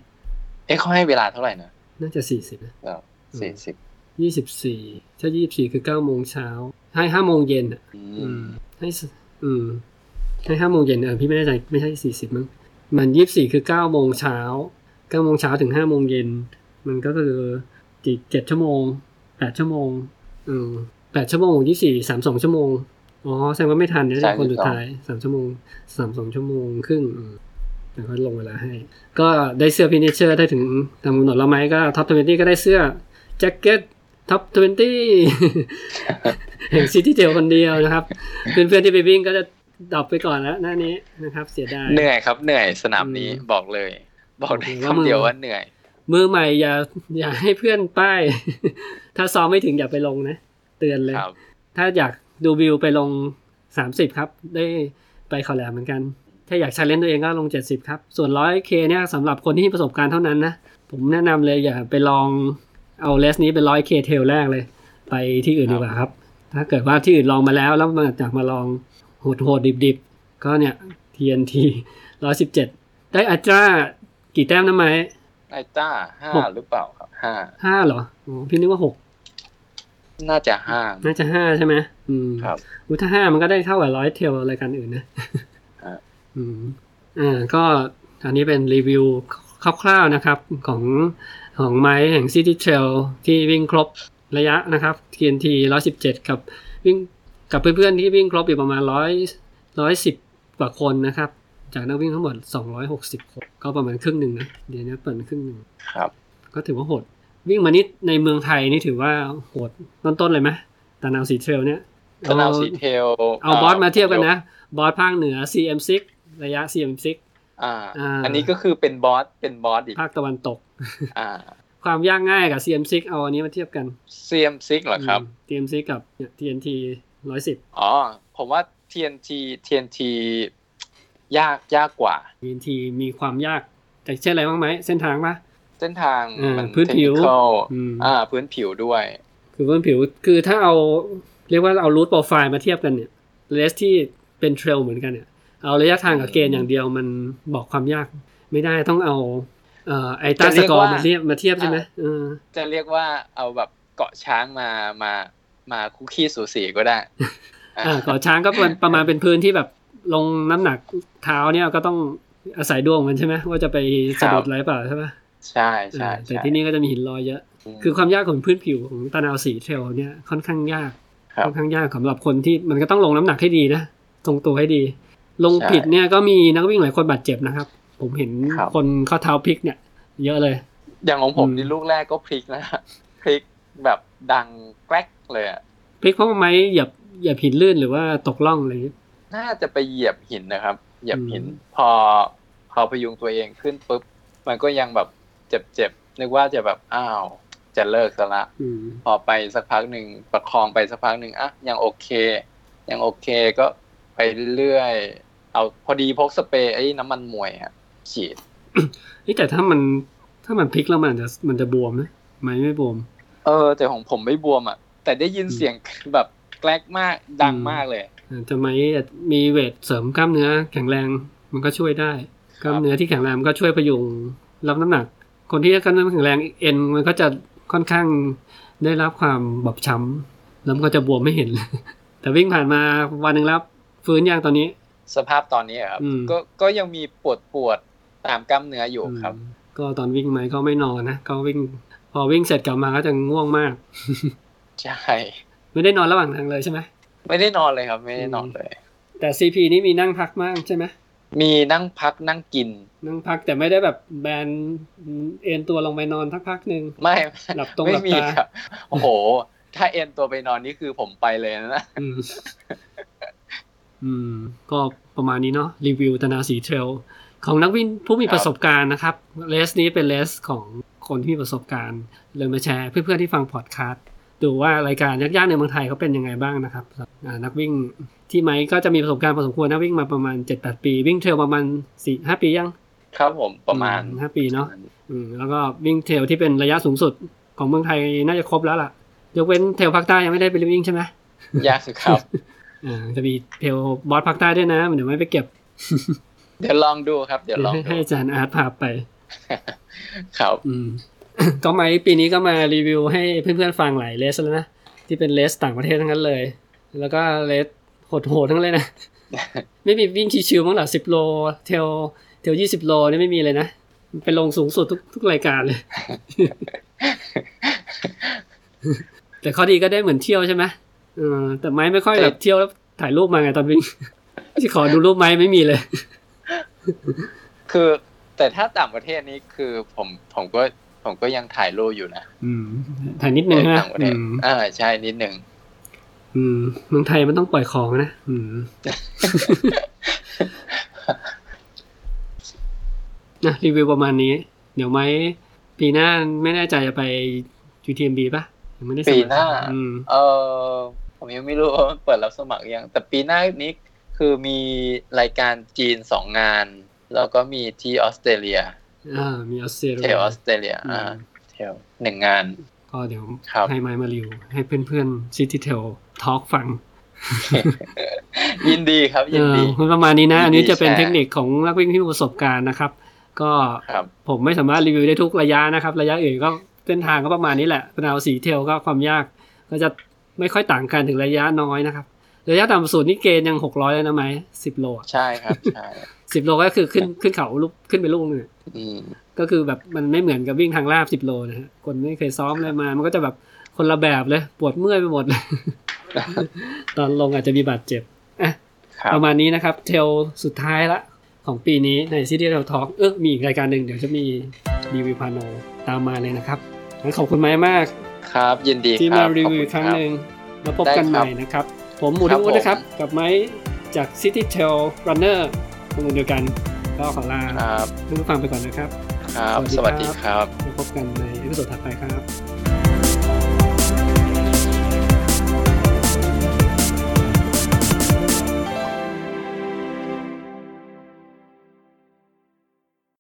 เอ๊ะเขาให้เวลาเท่าไหร่นะ
น่าจะ 40นะ
แบบสี่สิบ
24 ถ้า 24 คือ 9 โมงเช้า ให้ 5 โมงเย็นอ่ะ
อื
อื
ม
ม ให้สอืม ให้ 5 โมงเย็นเออพี่ไม่แน่ใจไม่ใช่ 40 มั้ง มัน 24 คือ 9 โมงเช้า 9 โมงเช้าถึง 5 โมงเย็น มันก็คือจีเจ็ดชั่วโมงแปดชั่วโมงอืมแปดชั่วโมงยี่สี่สามสองชั่วโมง อ๋อ แสดงว่าไม่ทันเนี่ยคนสุดท้ายสามชั่วโมงสามสองชั่วโมงครึ่งอืมแต่เขาลงเวลาให้ ก็ได้เสื้อพินิเชอร์ได้ถึงตามกำหนดแล้วไหมก็ท็อปทเวนตี้ก็ได้เสื้อ แจ็คเก็ตท็อปทเวน ตี้ แห่งซิตี้เจลคนเดียวนะครับ เพื่อนๆที่ไปวิ่งก็จะดับไปก่อนแล้วหน้านี้นะครับ เสียดาย
เหนื่อยครับเหนื่อยสนามนี้
อืม
บอกเลย บอกได้
บอกเลยว่ามื
คำ
อ
เดียวว่าเหนื่อย
มือใหม่อย่าอย่าให้เพื่อนป้าย ถ้าซ้อมไม่ถึงอย่าไปลงนะ เตือนเลย
ครับ
ถ้าอยากดูวิวไปลง 30 ครับ ได้ไปเขอแหลมเหมือนกัน ถ้าอยากชาเลนจ์ตัวเองก็ลง 70 ครับ ส่วน 100K เนี่ยสำหรับคนที่มีประสบการณ์เท่านั้นนะ ผมแนะนำเลยอย่าไปลองเอาเลสนี้เป็น 100K เทลแรกเลย ไปที่อื่น
ค
ดี
รับ
กว่าครับ ถ้าเกิดว่าที่อื่นลองมาแล้วแล้วมาจากมาลองโหดโหดดิบดิบๆ ก็เนี่ย TNT 117 ได้อัตรากี่แต้มนะไหม
ไอต้าห้าหรือเปล่าครับห้า
ห้าเหรออ๋อพี่นึกว่าหก
น่าจะห้า
น่าจะห้าใช่ไหมอืม
ครับ
อุยถ้าห้ามันก็ได้เท่ากับร้อยเทลรายการอื่นนะ
ฮะ
อืมอ่าก็อันนี้เป็นรีวิวคร่าวๆนะครับ ของของไม้แห่ง City Trail ที่วิ่งครบระยะนะครับ TNT 117 กับวิ่งกับเพื่อนๆที่วิ่งครบอยู่ประมาณ100 110 กว่าคนนะครับ จากนักวิ่งทั้งหมด 260 คน ก็ประมาณครึ่งหนึ่งนะ เดี๋ยวนี้เปิดครึ่งหนึ่ง
ครับ
ก็ถือว่าโหด วิ่งมานิดในเมืองไทยนี่ถือว่าโหดต้นๆเลยไหมตะนาวสีเทรลเนี่ย
ตะนาวสีเทล
เอาบอสมาเทียบกันนะ บอสภาคเหนือ CM6 ระยะ CM6
อ่า
อ่า
อันนี้ก็คือเป็นบอสเป็นบอสอีก
ภาคตะวันตก
อ่า
ความยากง่ายกับ CM6 เอาอันนี้มาเทียบกัน
เซียมซิกเหรอครับ
อืม CM6 กับเนี่ย TNT 110
อ๋อ ผมว่า TNT TNT ยากยากกว่า
TNT มีความยากแต่เช่นอะไรบ้างไหมเส้นทางปะ
เส้นทาง
อ่า
มัน
พื้นผิว
เทคนิคอล
อืม
อ่า พื้นผิวด้วย
คือเพื่อนผิวคือถ้าเอาเรียกว่าเอารูทโปรไฟล์มาเทียบกันเนี่ยเลสที่เป็นเทรลเหมือนกันเนี่ย เอาระยะทางกับเกณฑ์อย่างเดียวมันบอกความยากไม่ได้ต้องเอาเอ่อไอต้า
จะ
ส
เรียก
กอร์
ว่า
มาเทียบมาเทียบใช่ไหมเออ
จะเรียกว่าเอาแบบเกาะช้างมามามาคุกกี้สูสีก็ได้อ่า
อ่าก่อช้างก็ เป็นประมาณเป็นพื้นที่แบบลงน้ำหนักเท้าเนี่ยก็ต้องอาศัยดวงมันใช่ไหมว่าจะไปสะดุดอะไรเปล่าใช่ปะ
ใช่ใช่
อ่า
ใช่
แต่ที่นี่ก็จะมีหินลอยเยอะ คือความยากของพื้นผิวของตะนาวสีเทรลเนี่ยค่อนข้างยาก
ครับ
ค่อนข้างยากสำหรับคนที่มันก็ต้องลงน้ำหนักให้ดีนะทรงตัวให้ดี ลงผิด
ใช่
เนี่ยก็มีนักวิ่งหลายคนบาดเจ็บนะครับ ผมเห็น
ครับ
คนข้อเท้าพลิกเนี่ย เยอะเลย
อย่างของผม
อืม
นี่ลูกแรกก็พลิกนะ พลิกแบบดังแกรกเลยอะ
พลิกเพราะว่าไม้เหยียบเหยียบหินลื่นหรือว่าตกล่องอะไรอย่างงี้
น่าจะไปเหยียบหินนะครับ เหยียบหิน
อืม
พอพอพยุงตัวเองขึ้นปุ๊บ มันก็ยังแบบเจ็บเจ็บๆนึกว่าจะแบบอ้าวจะเลิกซะละ
อืม
พอไปสักพักหนึ่งประคองไปสักพักหนึ่งอ่ะยังโอเค ยังโอเคก็ไปเรื่อยๆเอาพอดีพกสเปรย์ไอ้น้ำมันมวยฮะฉีด
นี่แต่ถ้ามันถ้ามันพลิกแล้วมันอาจจะมันจะบวมไหมไม้ไม่บวม
เออ แต่ของผมไม่บวมอ่ะ แต่ได้ยิน
อืม
เสียงแบบแกลกมากดัง
อืม
มากเลย
อาจจะไม้มีเวทเสริมกล้ามเนื้อแข็งแรงมันก็ช่วยได้ กล้ามเนื้อที่แข็งแรงมันก็ช่วยพยุงรับน้ำหนัก คนที่กล้ามเนื้อแข็งแรงเอ็นมันก็จะค่อนข้างได้รับความบอบช้ำแล้วมันก็จะบวมไม่เห็น แต่วิ่งผ่านมาวันหนึ่งแล้วฟื้นยังตอนนี้
สภาพตอนนี้อะครับ
อืม
ก็ก็ยังมีปวดปวดๆตามกล้ามเนื้ออยู่ครับ
อืมก็ตอนวิ่งไหมก็ไม่นอนนะก็วิ่งพอวิ่งเสร็จกลับมาก็จะง่วงมาก
ใช่
ไม่ได้นอนระหว่างทางเลยใช่ไหม
ไม่ได้นอนเลยครับ ไม่ได้นอน
อืม
เลย
แต่ซีพีนี่มีนั่งพักมากใช่ไหม
มีนั่งพักนั่งกิน
นั่งพักแต่ไม่ได้แบบแบนเอ็นตัวลงไปนอนทักพักหนึ่ง
ไม่
หลับตรงห
ไม่
ลับ
มี
ตา
ครับ โอ้โห ถ้าเอ็นตัวไปนอนนี่คือผมไปเลยนะ
อืม อืม ก็ประมาณนี้เนาะรีวิวตะนาวสีเทรลของนักวิ่งผู้มี
ครับ
ประสบการณ์นะครับเลสนี้เป็นเลสของคนที่มีประสบการณ์ เลยมาแชร์เพื่อนๆที่ฟังพอดคาสต์ ดูว่ารายการยักษ์ย่างในเมืองไทยเขาเป็นยังไงบ้างนะครับอ่านักวิ่งที่ไมค์ก็จะมีประสบการณ์พอสมควรนะวิ่งมาประมาณ 7-8 ปี วิ่งเทรลประมาณ4-5 ปียัง
ครับผมประมาณ
อื5ปีเนาะ อืมแล้วก็วิ่งเทรลที่เป็นระยะสูงสุดของเมืองไทยน่าจะครบแล้วล่ะ ยกเว้นเทรลภาคใต้ยังไม่ได้ไปวิ่งใช่ไหม
ยากครับ
อ่าจะมีเทรลบอสภาคใต้ด้วยนะเดี๋ยวไม่ไปเก็บ
เดี๋ยวลองดูครับ เดี๋ยวลอง
ให้
ดู
ให้อาจารย์อาร์ตพาไป
ครับ
อืม ก็ไหมปีนี้ก็มารีวิวให้เพื่อนๆฟังหลายเลสแล้วนะ ที่เป็นเลสต่างประเทศทั้งนั้นเลย แล้วก็เลสโหดๆทั้งเลย นะ ไม่มีวิ่งชิวๆมั้างเหรอสิบโลเทรลเทรลยี่สิบโลนี่ไม่มีเลยนะมันเป็นลงสูงสุดทุกทุกรายการเลย แต่ข้อดีก็ได้เหมือนเที่ยวใช่ไหมเออแต่ไม้ไม่ค่อยแบบเที่ยวแล้วถ่ายรูปมาไงตอนวิ่ง ที่ขอดูรูปไม้ไม่มีเลย
คือแต่ถ้าต่างประเทศนี้คือผมผมก็ผมก็ยังถ่ายรูปอยู่นะ
อืม ถ่ายนิดนึงนะ
ต่างประเทศ
อืม
อ่าใช่นิดหนึ่ง
อืมเมืองไทยมันต้องปล่อยของนะ อืม นะรีวิวประมาณนี้ เดี๋ยวไหมปีหน้าไม่แน่ใจจะไป UTMB ป่ะยังไม่ได้สมัคร
ปีหน้า
อืม
เออผมยังไม่รู้ว่าเปิดรับสมัครหรือยัง แต่ปีหน้านี้คือมีรายการจีนสองงาน แล้วก็มีที่ออสเตรเลีย
อ่า มีออสเตร
เท
เลีย
ลออสเตรเลีย
อื
อ่าม เทลหนึ่งงาน
ก็เดี๋ยว
ครับ
ให้ไม้มารีวิวให้เพื่อนๆซิตี้เทลทอล์กฟัง
ยินดีครับ
เอ
ยิน
อ
ดี
มันประมาณนี้นะ
ยินดี
อันนี้จะเป็น
แชร์
เทคนิคของนักวิ่งที่มีประสบการณ์นะครับ ก็
ครับ
ผมไม่สามารถรีวิวได้ทุกระยะนะครับ ระยะอื่นก็เส้นทางก็ประมาณนี้แหละพนาวสีเทลก็ความยาก ก็จะไม่ค่อยต่างกันถึงระยะน้อยนะครับ ระยะต่ำสุดนี่เกณฑ์ยังหกร้อยแล้วนะไหมสิบโล
ใช่ครับใช่
สิบโลก็คือขึ้นขึ้นเขาลูกขึ้นไปลูกหนึงอะ
อืม
ก็คือแบบมันไม่เหมือนกับวิ่งทางลาบสิบโลนะฮะคนไม่เคยซ้อมอะไรมา มันก็จะแบบคนละแบบเลย ปวดเมื่อยไปหมดเลย ตอนลงอาจจะมีบาดเจ็บ
ครับ
ประมาณนี้นะครับ เทลสุดท้ายละของปีนี้ในซีรีส์เทลทอล์กเออมีอีกรายการหนึ่งเดี๋ยวจะมีรีวิวพาโนตามมาเลยนะครับงั้นขอบคุณไม้มาก
ครับยินดี
ที่
ครั
มา
บ
รี
ขอบ
วิวอีก
คุณค
ครั้ง
รับ
หนึ่งแล้วพบกันใหม่นะครับ ผมหมู
ครั
ทู
บ
วุฒินะครับ
ผม
กับไม้จาก City t a i l Runner คนเดียวกัน ก็ขอลา
ครับ
ท่านผู้ฟังไปก่อนนะครับ
ครับ
ส
ส
วั
วั
ส
ส
ดี
ดี
ค
ค
รั
รับ บ
แล้วพบกันในเอพิโซดถัดไปครับ